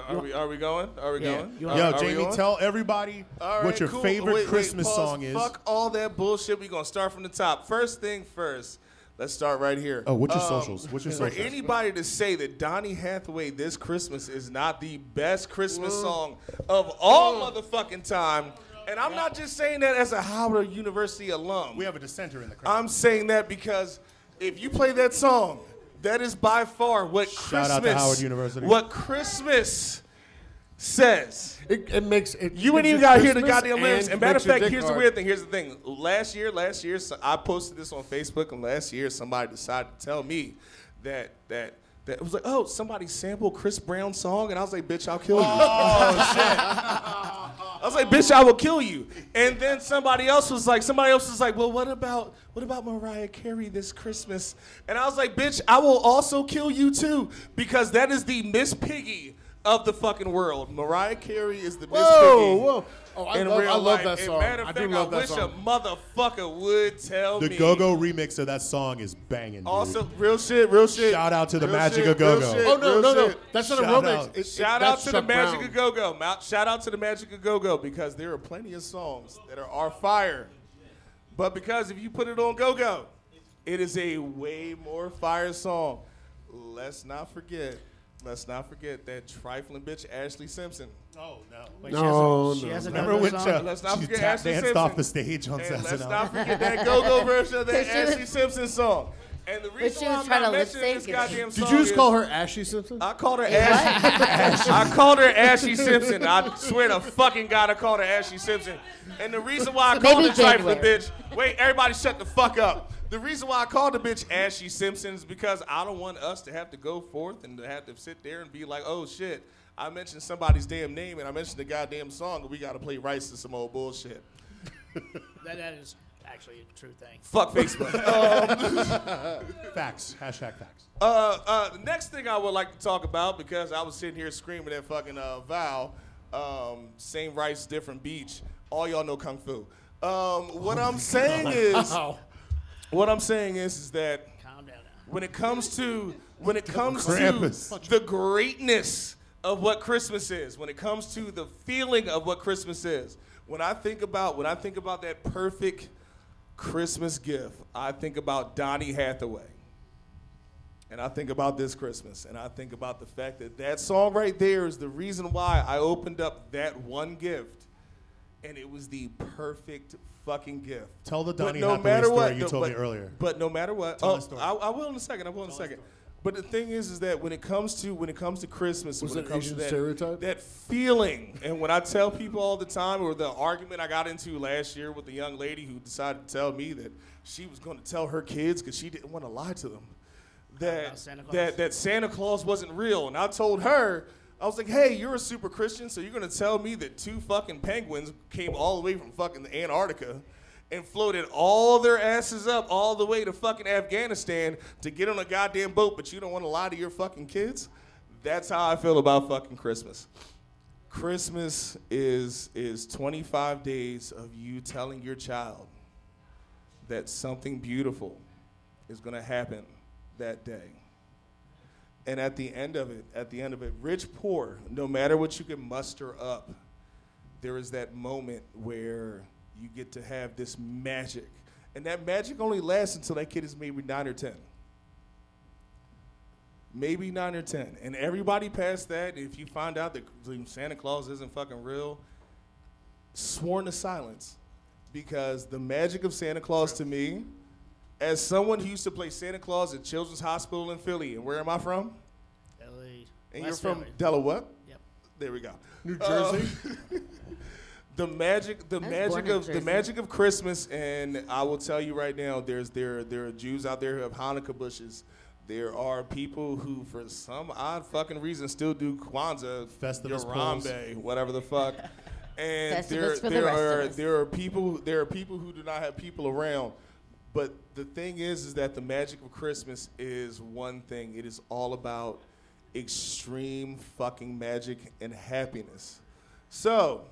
Are we, are we going? Are we Yeah. going? You Are- Yo, Uh, are we Jamie, on? tell everybody All right, what your cool. favorite Wait, wait, Christmas pause. song is. Fuck all that bullshit. We're gonna start from the top. First thing first. Let's start right here. Oh, what's your socials? What's your for socials? anybody to say that Donnie Hathaway this Christmas is not the best Christmas song of all motherfucking time, and I'm not just saying that as a Howard University alum. We have a dissenter in the crowd. I'm saying that because if you play that song, that is by far what Shout Christmas out to Howard University. what Christmas says. It, it makes it. You ain't it's your even got to hear the Christmas goddamn lyrics. And matter makes of your fact, dick here's the hard. weird thing. Here's the thing. Last year, last year, so- I posted this on Facebook, and last year somebody decided to tell me that that that it was like, oh, somebody sampled Chris Brown's song, and I was like, bitch, I'll kill you. Oh, I was like, bitch, I will kill you. And then somebody else was like, somebody else was like, well, what about what about Mariah Carey this Christmas? And I was like, bitch, I will also kill you too, because that is the Miss Piggy of the fucking world. Mariah Carey is the Miss Whoa, Piggy. whoa. Oh, I in love- real I love life. that And song. matter of I do fact, love that wish song. a motherfucker would tell the me. Go-Go remix of that song is banging. dude. Also, real shit, real shit. Shout out to the Real Magic shit, of Go-Go. real shit, Oh no, real no, no! shit. That's not a Shout remix. out. It- it- Shout out that's to the Chuck Magic Brown. of Go Go. Shout out to the Magic of Go Go because there are plenty of songs that are, are fire. But because if you put it on Go Go, it is a way more fire song. Let's not forget, let's not forget that trifling bitch Ashley Simpson. oh no. Wait, No, she has a, she no, has no. another Remember when uh, song? Chuck- Let's not she forget tap Ashley danced Simpson. off the stage on And let's SNL? not forget that Go Go version of that Cause she was- Ashley Simpson song. And the she reason why was I'm trying not to lip mentioning this sync is- goddamn Did song Uh, you just is- call her Ashley Simpson? I called her Ashy. I called her Ashy Simpson. I swear to fucking God, I called her Ashy Simpson. And the reason why I Maybe called the trifling January. bitch, wait, everybody shut the fuck up. The reason why I called the bitch Ashy Simpson is because I don't want us to have to go forth and to have to sit there and be like, oh shit, I mentioned somebody's damn name and I mentioned the goddamn song and we gotta play rice to some old bullshit. That, that is actually a true thing. Fuck Facebook. Facts. Hashtag facts. Uh, uh, the next thing I would like to talk about because I was sitting here screaming at fucking uh, Val, um, same rice, different beach. All y'all know kung fu. Um, what I'm saying is, Oh. what I'm saying is, is that Calm down now. when it comes to when it comes Krampus. to the greatness of what Christmas is, when it comes to the feeling of what Christmas is, when I think about when I think about that perfect Christmas gift, I think about Donnie Hathaway. And I think about this Christmas, and I think about the fact that that song right there is the reason why I opened up that one gift, and it was the perfect fucking gift. Tell the But Donny Hathaway story you no- told but- me earlier. But no matter what, Tell oh, that story. I, I will in a second. I will in a second. But the thing is, is that when it comes to when it comes to Christmas, Was when it it comes Asian to that, stereotype? that feeling, and when I tell people all the time, or the argument I got into last year with the young lady who decided to tell me that she was going to tell her kids because she didn't want to lie to them, that About Santa Claus? that that Santa Claus wasn't real, and I told her. I was like, "Hey, you're a super Christian, so you're gonna tell me that two fucking penguins came all the way from fucking Antarctica and floated all their asses up all the way to fucking Afghanistan to get on a goddamn boat, but you don't want to lie to your fucking kids? That's how I feel about fucking Christmas. Christmas is is 25 days of you telling your child that something beautiful is going to happen that day. And at the end of it, at the end of it, rich poor, no matter what you can muster up, there is that moment where you get to have this magic. And that magic only lasts until that kid is maybe 9 or 10 maybe nine or ten. And everybody past that, if you find out that Santa Claus isn't fucking real, sworn to silence, because the magic of Santa Claus to me, as someone who used to play Santa Claus at Children's Hospital in Philly, and where am I from? Ellie, And West you're from Philly. Delaware. Yep. There we go. Uh, New Jersey. The magic, the was born magic in of the Jersey. magic of Christmas, and I will tell you right now, there's there there are Jews out there who have Hanukkah bushes. There are people who, for some odd fucking reason, still do Kwanzaa, Festivus Yorambe, whatever the fuck. And Festivus there, for the there rest of are us. there are people there are people who do not have people around. But the thing is, is that the magic of Christmas is one thing. It is all about extreme fucking magic and happiness. So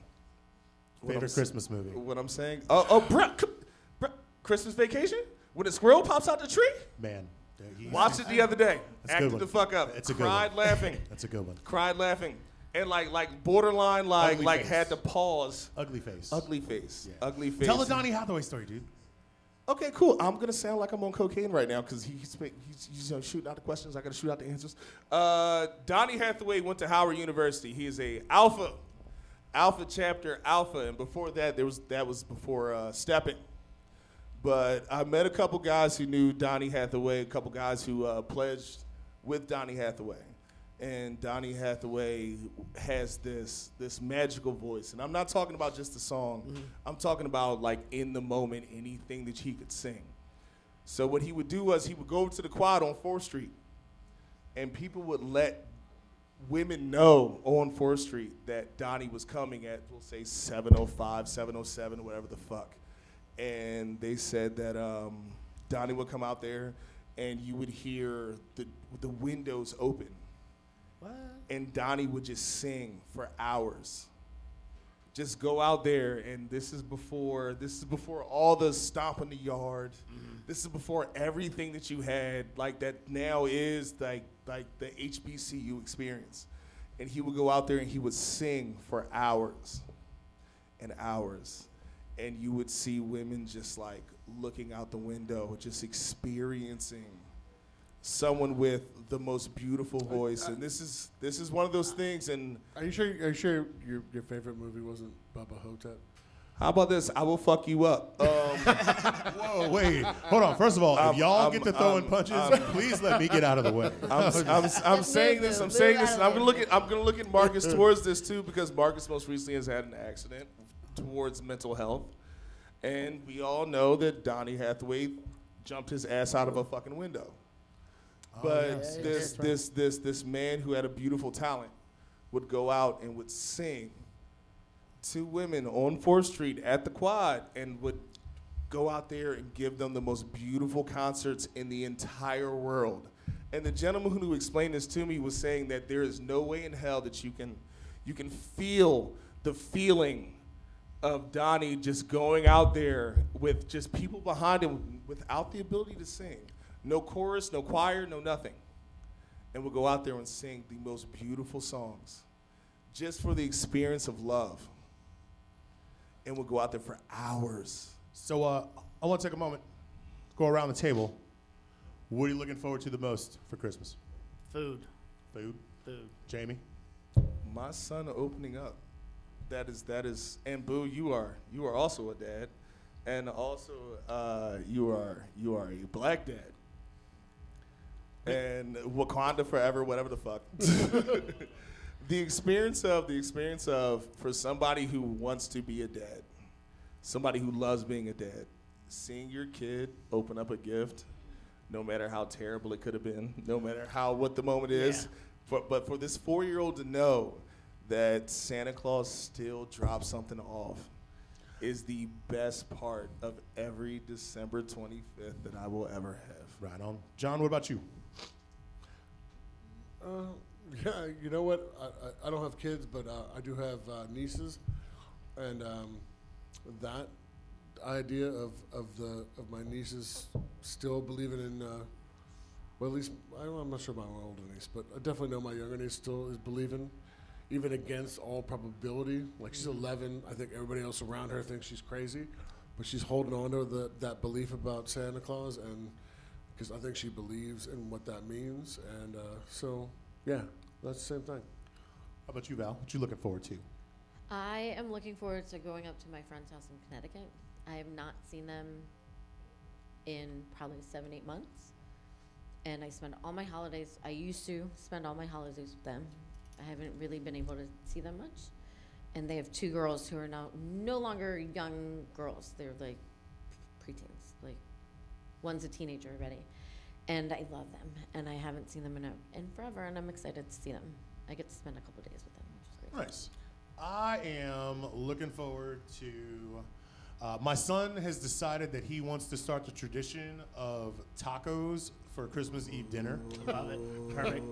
what I'm Favorite s- Christmas movie. What I'm saying? Oh, oh, bruh, c- bruh, Christmas Vacation when the squirrel pops out the tree. Man. there he is. Watched it the other day. That's a good Acted one. the fuck up. That's a good Cried one. laughing. That's a good one. Cried laughing. And like like borderline like Ugly like face. had to pause. Ugly face. Ugly face. Yeah. Ugly face. Tell the Donny Hathaway story, dude. Okay, cool. I'm gonna sound like I'm on cocaine right now because he's, he's, he's you know, shooting out the questions. I gotta shoot out the answers. Uh, Donnie Hathaway went to Howard University. He is a alpha, alpha chapter alpha, and before that there was that was before uh, stepping. But I met a couple guys who knew Donnie Hathaway, a couple guys who uh, pledged with Donnie Hathaway, and Donnie Hathaway has this this magical voice, and I'm not talking about just the song. I'm talking about like in the moment, anything that he could sing. So what he would do was he would go to the quad on Fourth Street, and people would let women know on Fourth Street that Donnie was coming at, we'll say 705, 707, whatever the fuck. And they said that um, Donnie would come out there, and you would hear the the windows open, and Donnie would just sing for hours just go out there and this is before this is before all the stomp in the yard this is before everything that you had like that now is like like the hbcu experience and he would go out there and he would sing for hours and hours and you would see women just like looking out the window just experiencing someone with the most beautiful voice and this is this is one of those things and Are you sure? Are you sure your, your favorite movie wasn't Bubba Hotep? How about this? I will fuck you up. Um, Whoa, wait. Hold on. First of all, if I'm- y'all I'm- get to throwing I'm- punches, I'm- please let me get out of the way. I'm, I'm, I'm saying this. I'm move saying out this. of And I'm the gonna look at. I'm gonna look at Marcus towards this too because Marcus most recently has had an accident towards mental health, and we all know that Donnie Hathaway jumped his ass out of a fucking window. But this this this this man who had a beautiful talent would go out and would sing to women on Fourth Street at the Quad and would go out there and give them the most beautiful concerts in the entire world. And the gentleman who explained this to me was saying that there is no way in hell that you can you can feel the feeling of Donnie just going out there with just people behind him without the ability to sing. No chorus, no choir, no nothing. And would go out there and sing the most beautiful songs just for the experience of love. And would go out there for hours. So uh, I want to take a moment, go around the table. What are you looking forward to the most for Christmas? Food. Food. Food. Jamie. my son opening up. That is that is and boo, you are you are also a dad, and also uh, you are you are a black dad. And Wakanda forever, whatever the fuck. the experience of the experience of for somebody who wants to be a dad, somebody who loves being a dad, seeing your kid open up a gift, no matter how terrible it could have been, no matter how what the moment is, Yeah. for, but for this four-year-old to know that Santa Claus still drops something off is the best part of every December 25th that I will ever have. Right on. John, what about you? Uh, yeah, you know what? I, I, I don't have kids, but uh, I do have uh, nieces, and um, that idea of, of the of my nieces still believing in. Uh, well, at least I don't, I'm not sure about my older niece, but I definitely know my younger niece still is believing, even against all probability. Like she's 11, I think everybody else around her thinks she's crazy, but she's holding on to the, that belief about Santa Claus, and because I think she believes in what that means, and uh, so yeah, that's the same thing. How about you, Val? What you looking forward to? I am looking forward to going up to my friend's house in Connecticut. I have not seen them in probably seven, eight months. And I spend all my holidays, I used to spend all my holidays with them. I haven't really been able to see them much. And they have two girls who are now no longer young girls. They're like preteens. Like one's a teenager already. And I love them. And I haven't seen them in, a, in forever. And I'm excited to see them. I get to spend a couple days with them, which is great. Nice. I am looking forward to. Uh, my son has decided that he wants to start the tradition of tacos for Christmas Eve dinner. Love it. Perfect.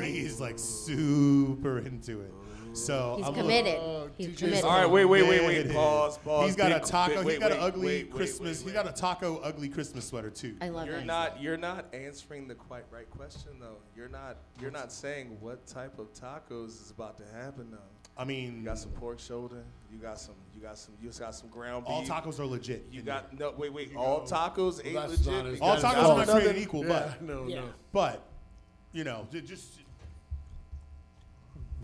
He's like super into it. So He's I'm look- committed. Uh, He's TJ's committed. All right, wait, wait, wait, wait. Committed. Pause, pause. He's got Big- a taco. wait, he got wait, an ugly wait, wait, Christmas. wait, He wait. got a taco ugly Christmas sweater too. I love You're it. not you're not answering the quite right question though. You're not you're not saying what type of tacos is about to happen though. I mean, You got some pork shoulder. You got some. You got some. You just got some ground beef. all tacos are legit. You in got no. Wait, wait. All tacos ain't that's not as good legit. All because tacos I are don't not know created that- equal, yeah, no, Yeah. no. but but you know, ju- just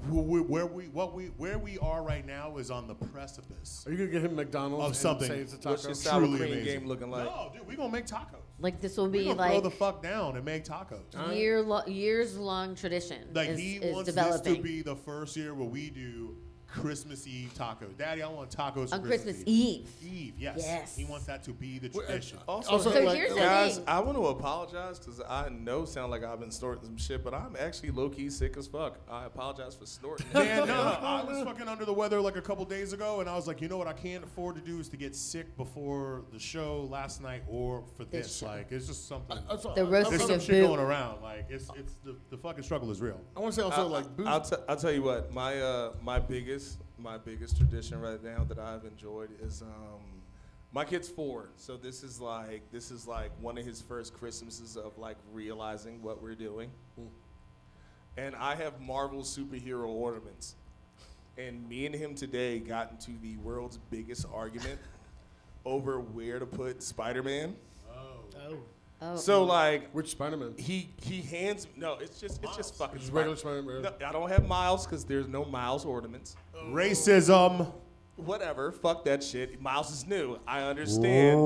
wh- wh- where we what we where we are right now is on the precipice. Are you gonna get him McDonald's Of and something. say it's a What's taco? your sour Truly cream amazing. game looking like? no, dude, we gonna make tacos. Like this will We be gonna throw like the fuck down and make tacos. year lo- years long tradition Like is, he is wants developing this to be the first year where we do Christmas Eve tacos. Daddy, I want tacos on for Christmas Eve. Eve, yes. Yes. He wants that to be the Well, uh, tradition. Also, Also, So like, here's the guys, thing. I want to apologize because I know sound like I've been snorting some shit, but I'm actually low key sick as fuck. I apologize for snorting. Man, no, I was fucking under the weather like a couple days ago, and I was like, you know what I can't afford to do is to get sick before the show last night or for This this. show. Like, it's just something. That's all- The I- I roasting there's some wanna- of shit boot. going around. Like, it's it's the, the fucking struggle is real. I want to say also I- like booze. I'll, t- I'll tell you what my uh, my biggest my biggest tradition right now that I've enjoyed is um, my kid's four, so this is like this is like one of his first Christmases of like realizing what we're doing, Hmm. and I have Marvel superhero ornaments, and me and him today got into the world's biggest argument over where to put Spider Man. Oh. Oh, So like Which Spider-Man? he he hands no it's just it's just fucking Just regular Spider- Spider-Man. no, I don't have miles because there's no miles ornaments. Racism. Whatever, fuck that shit. Miles is new. I understand.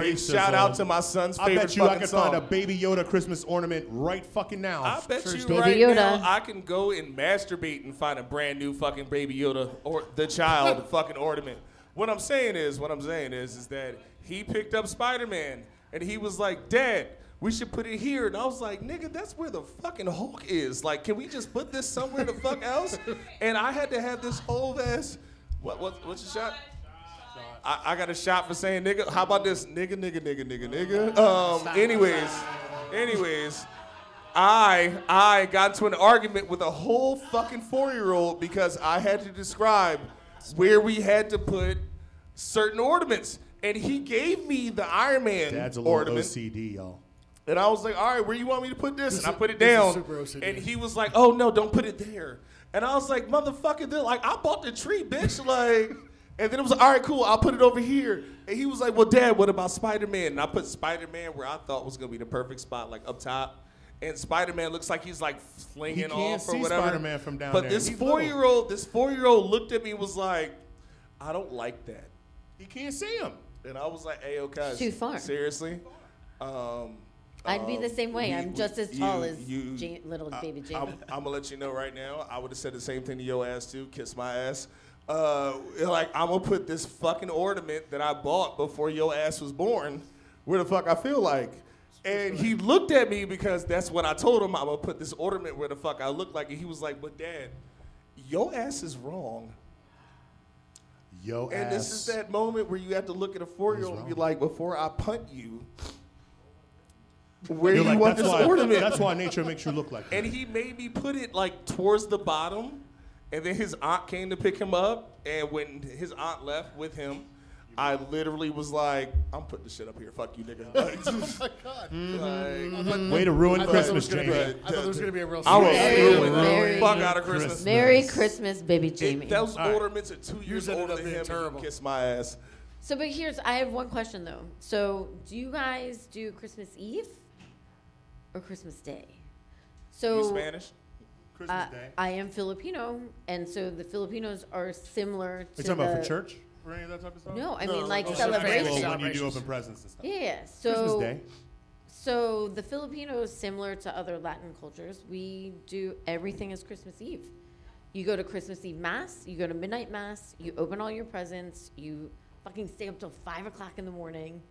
Big shout out to my son's I favorite bet you I fucking can song. find a Baby Yoda Christmas ornament right fucking now. I bet you Baby right Yoda. now I can go and masturbate and find a brand new fucking baby Yoda or the child fucking ornament. What I'm saying is, what I'm saying is, is that he picked up Spider-Man and he was like, "Dad, we should put it here." And I was like, "Nigga, that's where the fucking Hulk is. Like, can we just put this somewhere the fuck else?" And I had to have this whole ass. What? What? What's your shot? I, I got a shot for saying nigga. How about this nigga, nigga, nigga, nigga, nigga? Um. Anyways, anyways, I I got into an argument with a whole fucking four year old because I had to describe where we had to put certain ornaments, and he gave me the Iron Man Dad's a little ornament. OCD, y'all. And I was like, all right, where you want me to put this? This and I is- put it this is down. super OCD. And he was like, oh no, don't put it there. And I was like, motherfucker, they're like, I bought the tree, bitch. Like, and then it was like, all right, cool, I'll put it over here. And he was like, well, dad, what about Spider Man? And I put Spider Man where I thought was gonna be the perfect spot, like up top. And Spider Man looks like he's like flinging can't off or see whatever. Spider-Man from down but there. this He's four year old, this four year old looked at me and was like, I don't like that. You can't see him. And I was like, hey, okay, Too far. seriously. Um, I'd be the same way. we- I'm just as you- tall as you- Ja- little uh, baby I'm, Jamie. I'm gonna let you know right now. I would have said the same thing to your ass too. Kiss my ass. Uh, like I'm gonna put this fucking ornament that I bought before your ass was born. Where the fuck I feel like. And he looked at me because that's what I told him. I'm gonna put this ornament where the fuck I look like. And he was like, "But dad, your ass is wrong." Yo, And this is that moment where you have to look at a four-year-old and be like, "Before I punt you, where You're you like, want that's, this why, ornament?" that's why nature makes you look like that. and he made me put it like towards the bottom. And then his aunt came to pick him up, and when his aunt left with him, I literally was like, "I'm putting the shit up here. Fuck you, nigga." Like, Oh my God. like, Way to ruin I thought there Christmas, was gonna be- Jamie. I thought there was going to be a real I was surprise. Very, ruined. very Fuck out of Christmas. Merry Christmas, baby Jamie. It, those All right. ornaments are two years ended up older than being him. Terrible. terrible. Kiss my ass. so, but here's I have one question though. So, do you guys do Christmas Eve or Christmas Day? So, You Spanish? Christmas Uh, I am Filipino, and so the Filipinos are similar to Are you talking about the- for church? Oh, For any of that type of stuff? No, I No, mean like no, no, no, no, no, no, no, no, celebration. Well, when you do Celebrations. open presents and stuff. Yeah, yeah. Christmas So, Day. so the Filipinos, similar to other Latin cultures, we do everything as Christmas Eve. You go to Christmas Eve mass. You go to midnight mass. You open all your presents. You fucking stay up till five o'clock in the morning.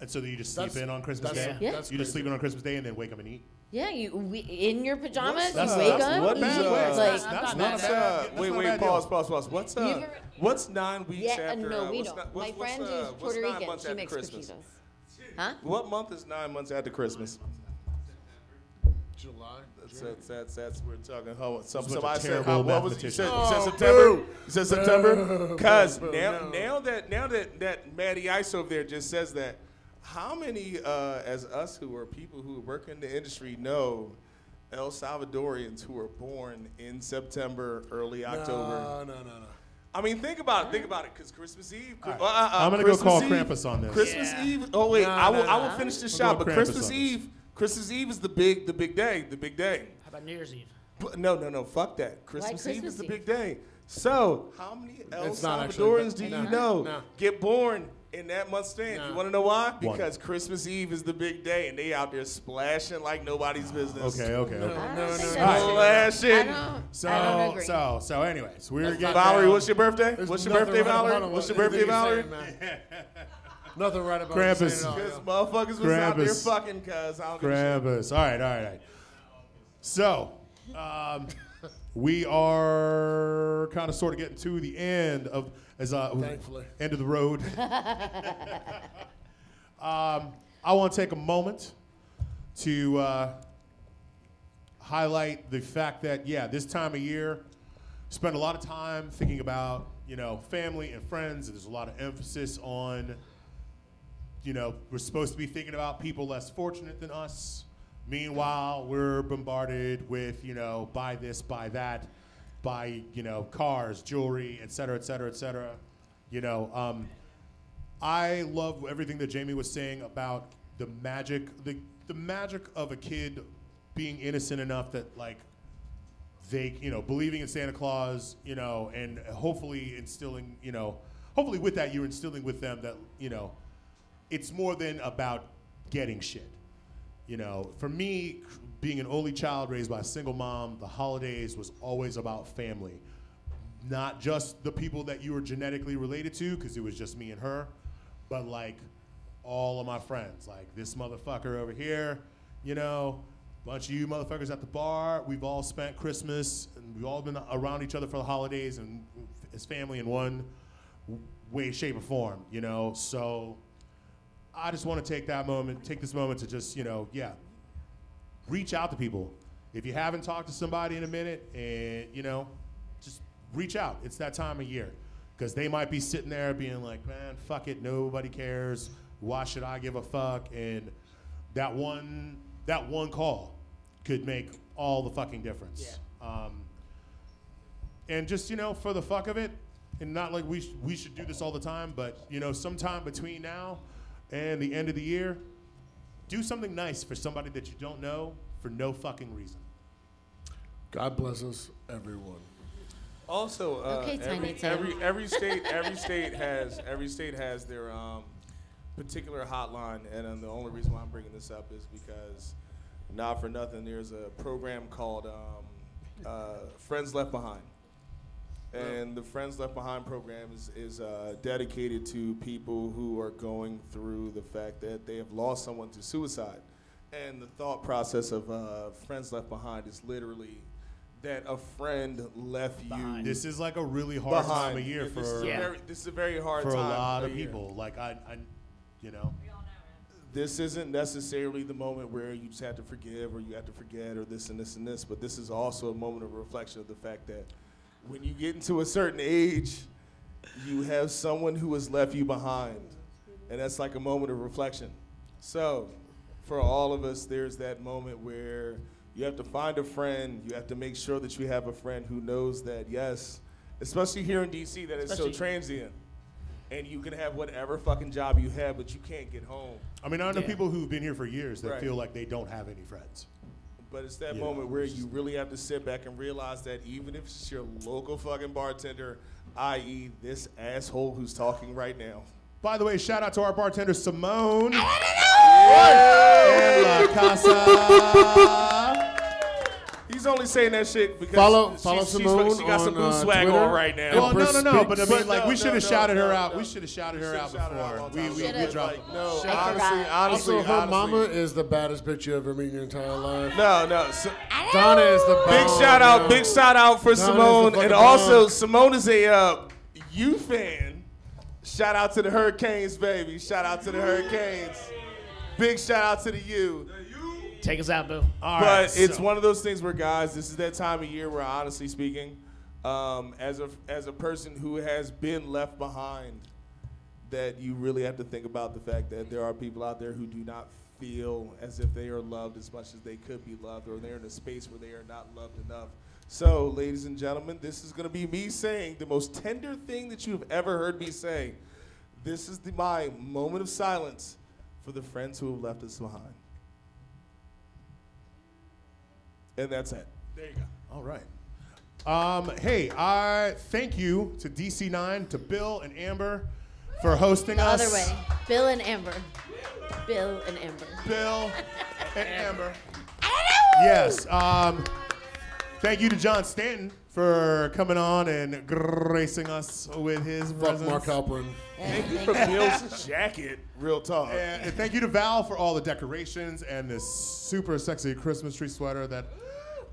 And so you just sleep That's- in on Christmas that's- Day? Yeah. that's You just crazy. sleep in on Christmas Day and then wake up and eat? Yeah, you we, in your pajamas. That's- you wake that's- up. what you is, eat, uh, like, That's not What's a bad uh, idea. That's wait, not a wait, bad pause, deal. pause, pause. What's You've uh, ever- what's nine weeks yeah, uh, after? no, uh, we what's don't. ni- what's- My what's, friend uh, is what's Puerto nine Rican. months She after makes Christmas? croquetas. Huh? What month is nine months after Christmas? July. That's that's that's, that's we're talking. Hold on. Some, Bunch of somebody said, terrible uh, what was it? You mathematicians. said, you said Oh, September. boo. You said September. Cause Boo, boo, now no. now that now that that Matty Ice over there just says that, how many uh, as us who are people who work in the industry know El Salvadorians who were born in September, early October? No, no, no, no. I mean, think about it. Think about it, because Christmas Eve. Chri- right. uh, uh, I'm gonna go Christmas call Eve- Krampus on this. Christmas Yeah. Eve. Oh wait, No, I will. no, I will no. finish this We'll shot. go But Krampus on Christmas this. Eve. Christmas Eve is the big, the big day, the big day. How about New Year's Eve? But no, no, no. Fuck that. Christmas, Eve Christmas is the Eve? big day. So how many El It's not actually, Salvadorans but- do no, you know no. get born in that month stand? You No. want to know why? One. Because Christmas Eve is the big day, and they out there splashing like nobody's business. Okay, okay, No, okay. I no, don't think that's no, no. true. Slashing. I don't. I don't So, agree. so, so, anyways, we're That's getting. not Valerie, Yeah. what's your birthday? There's what's your nothing birthday, right about Valerie? it. What's your Anything birthday, you're Valerie? saying, man. Nothing right about Krampus. it. You're saying it all, yeah. Because motherfuckers was out there Krampus. fucking, cuz I don't give a shit. Krampus. All right, all right, all right. So, um, we are kind of sort of getting to the end of as uh, Thankfully. end of the road. um, I want to take a moment to uh, highlight the fact that yeah, this time of year, spend a lot of time thinking about you know family and friends. And there's a lot of emphasis on you know, we're supposed to be thinking about people less fortunate than us. Meanwhile, we're bombarded with, you know, buy this, buy that, buy, you know, cars, jewelry, et cetera, et cetera, et cetera. You know, um, I love everything that Jamie was saying about the magic, the, the magic of a kid being innocent enough that, like, they, you know, believing in Santa Claus, you know, and hopefully instilling, you know, hopefully with that you're instilling with them that you know it's more than about getting shit you know for me c- being an only child raised by a single mom the holidays was always about family not just the people that you were genetically related to because it was just me and her but like all of my friends like this motherfucker over here you know bunch of you motherfuckers at the bar we've all spent christmas and we've all been around each other for the holidays and as family in one way, shape, or form, you know? So I just want to take that moment, take this moment to just, you know, yeah, reach out to people. If you haven't talked to somebody in a minute, and, you know, just reach out. It's that time of year. Because they might be sitting there being like, man, fuck it, nobody cares. Why should I give a fuck? And that one, that one call could make all the fucking difference. Um, and just you know for the fuck of it and not like we, sh- we should do this all the time but you know sometime between now and the end of the year do something nice for somebody that you don't know for no fucking reason God bless us, everyone. Also, uh, Okay, Tiny every, Tim. every every state every state has every state has their um, particular hotline, and um, the only reason why I'm bringing this up is because not for nothing, there's a program called um, uh, Friends Left Behind, and the Friends Left Behind program is is uh, dedicated to people who are going through the fact that they have lost someone to suicide, and the thought process of uh, Friends Left Behind is literally. That a friend left you Behind. this is like a really hard time of year Yeah, this is for a Yeah. very, this is a very hard for a time lot of year. people like I, I you know This isn't necessarily the moment where you just have to forgive or you have to forget or this and this and this, but this is also a moment of reflection of the fact that when you get into a certain age, you have someone who has left you behind, and that's like a moment of reflection. So, for all of us, there's that moment where you have to find a friend. You have to make sure that you have a friend who knows that yes, especially here in DC, that it's so Especially- transient. and you can have whatever fucking job you have, but you can't get home. i mean i know Yeah. people who've been here for years that Right. feel like they don't have any friends But it's that Yeah, moment where it's you really have to sit back and realize that even if it's your local fucking bartender, i.e., this asshole who's talking right now. by the way shout out to our bartender simone Yeah! La Casa. He's only saying that shit because Follow- she's- follow she's, Simone she got some on, new uh, swag Twitter. on right now. Well, Oh, no, Empress no, no. But I speaks. mean, like, we No, should no, have shouted no, her no, out. We no. should have shouted We her should've out shouted her out a long before. We, time we, ago. we dropped. Like, no, Shake her honestly, up. honestly, Also, her honestly. mama is the baddest bitch you ever meet in your entire life. No, no. So, Donna is the Big bomb, shout yo. out, big shout out for Oh, That is the Simone, fucking and also bomb. Simone is a uh, you fan. Shout out to the Hurricanes, baby. Shout out to the Hurricanes. Big shout out to the U. Take us out, boo. All But right, it's so- one of those things where, guys, this is that time of year where, honestly speaking, um, as a as a person who has been left behind, that you really have to think about the fact that there are people out there who do not feel as if they are loved as much as they could be loved, or they're in a space where they are not loved enough. So, ladies and gentlemen, this is going to be me saying the most tender thing that you've ever heard me say. This is the, my moment of silence for the friends who have left us behind. And that's it. There you go. All right. Um, hey, I thank you to DC9, to Bill and Amber for hosting The us. other way. Bill and Amber. Bill and Amber. Bill and Amber. Yes. Um, thank you to John Stanton for coming on and gracing us with his Fuck presence. Mark Halperin. Thank you for Bill's jacket, real talk. And and thank you to Val for all the decorations and this super sexy Christmas tree sweater that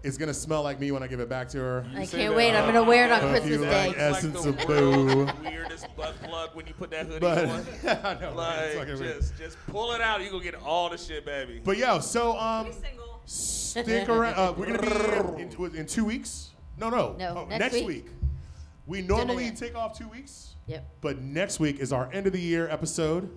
is gonna smell like me when I give it back to her. I say can't that, wait. I'm going to wear it on if you Christmas like Day. it. Essence of boo. Weirdest butt plug when you put that hoodie But on. I know, right? It's Like, fucking just, weird. just pull it out. You gonna get all the shit, baby. But yo, so um, Single. stick around. Uh, we're gonna be here in, in, two weeks. No, no, No, Oh, next week. week. We normally yeah. take off two weeks, Yep. but next week is our end of the year episode.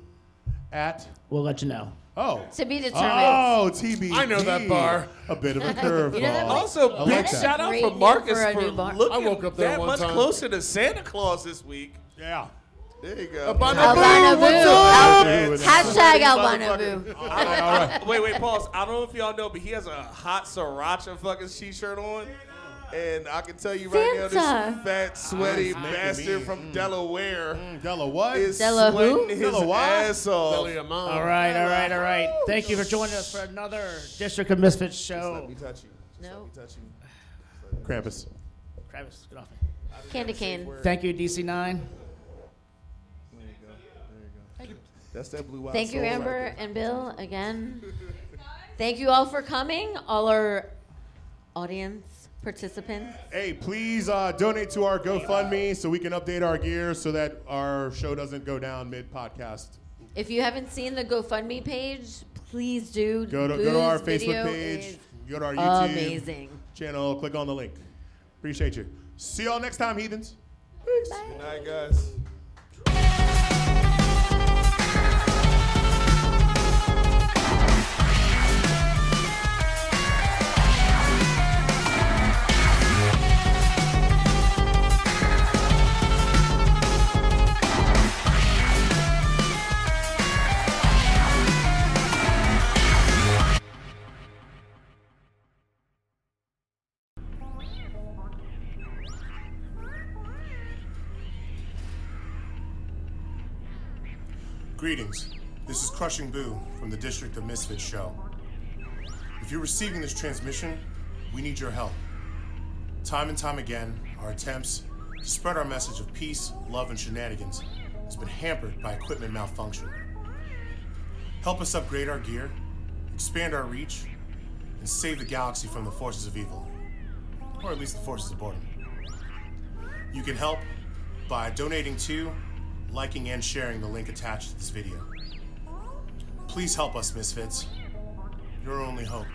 At We'll let you know. oh To be determined. oh TB. I know that bar. A bit of a curve. You know that bar? also, I big like that. shout out Great for name Marcus for a for, new bar. looking I woke up there that one much time. closer to Santa Claus this week. yeah. There you go. Albana Boo. Hey, with that. Hashtag Albana Boo. wait, wait, pause. I don't know if y'all know, but he has a hot sriracha fucking t-shirt on. And I can tell you right now, this Santa. fat, sweaty making bastard me- from Delaware Della what? is Della who? sweating his Della what? ass off. Tell your mom. All right, all right, all right. Thank you for joining us for another District of Misfits show. Let me touch you. Just No. Let me touch you. Krampus. Travis, get off me. Candy cane. Thank you, DC9. There you go. There you go. That's that blue eyed Thank you, soul right Amber there. and Bill, again. Thank you all for coming, all our audience participants. Hey, please uh, donate to our GoFundMe so we can update our gear so that our show doesn't go down mid podcast. If you haven't seen the GoFundMe page, please do. Go to go to our Boo's Facebook video page. is Go to our YouTube Amazing. channel. Click on the link. Appreciate you. See y'all next time, heathens. Good night, guys. Greetings. This is Crushing Boo from the District of Misfits show. If you're receiving this transmission, we need your help. Time and time again, our attempts to spread our message of peace, love, and shenanigans has been hampered by equipment malfunction. Help us upgrade our gear, expand our reach, and save the galaxy from the forces of evil, or at least the forces of boredom. You can help by donating to, liking, and sharing the link attached to this video. Please help us, Misfits. Your only hope.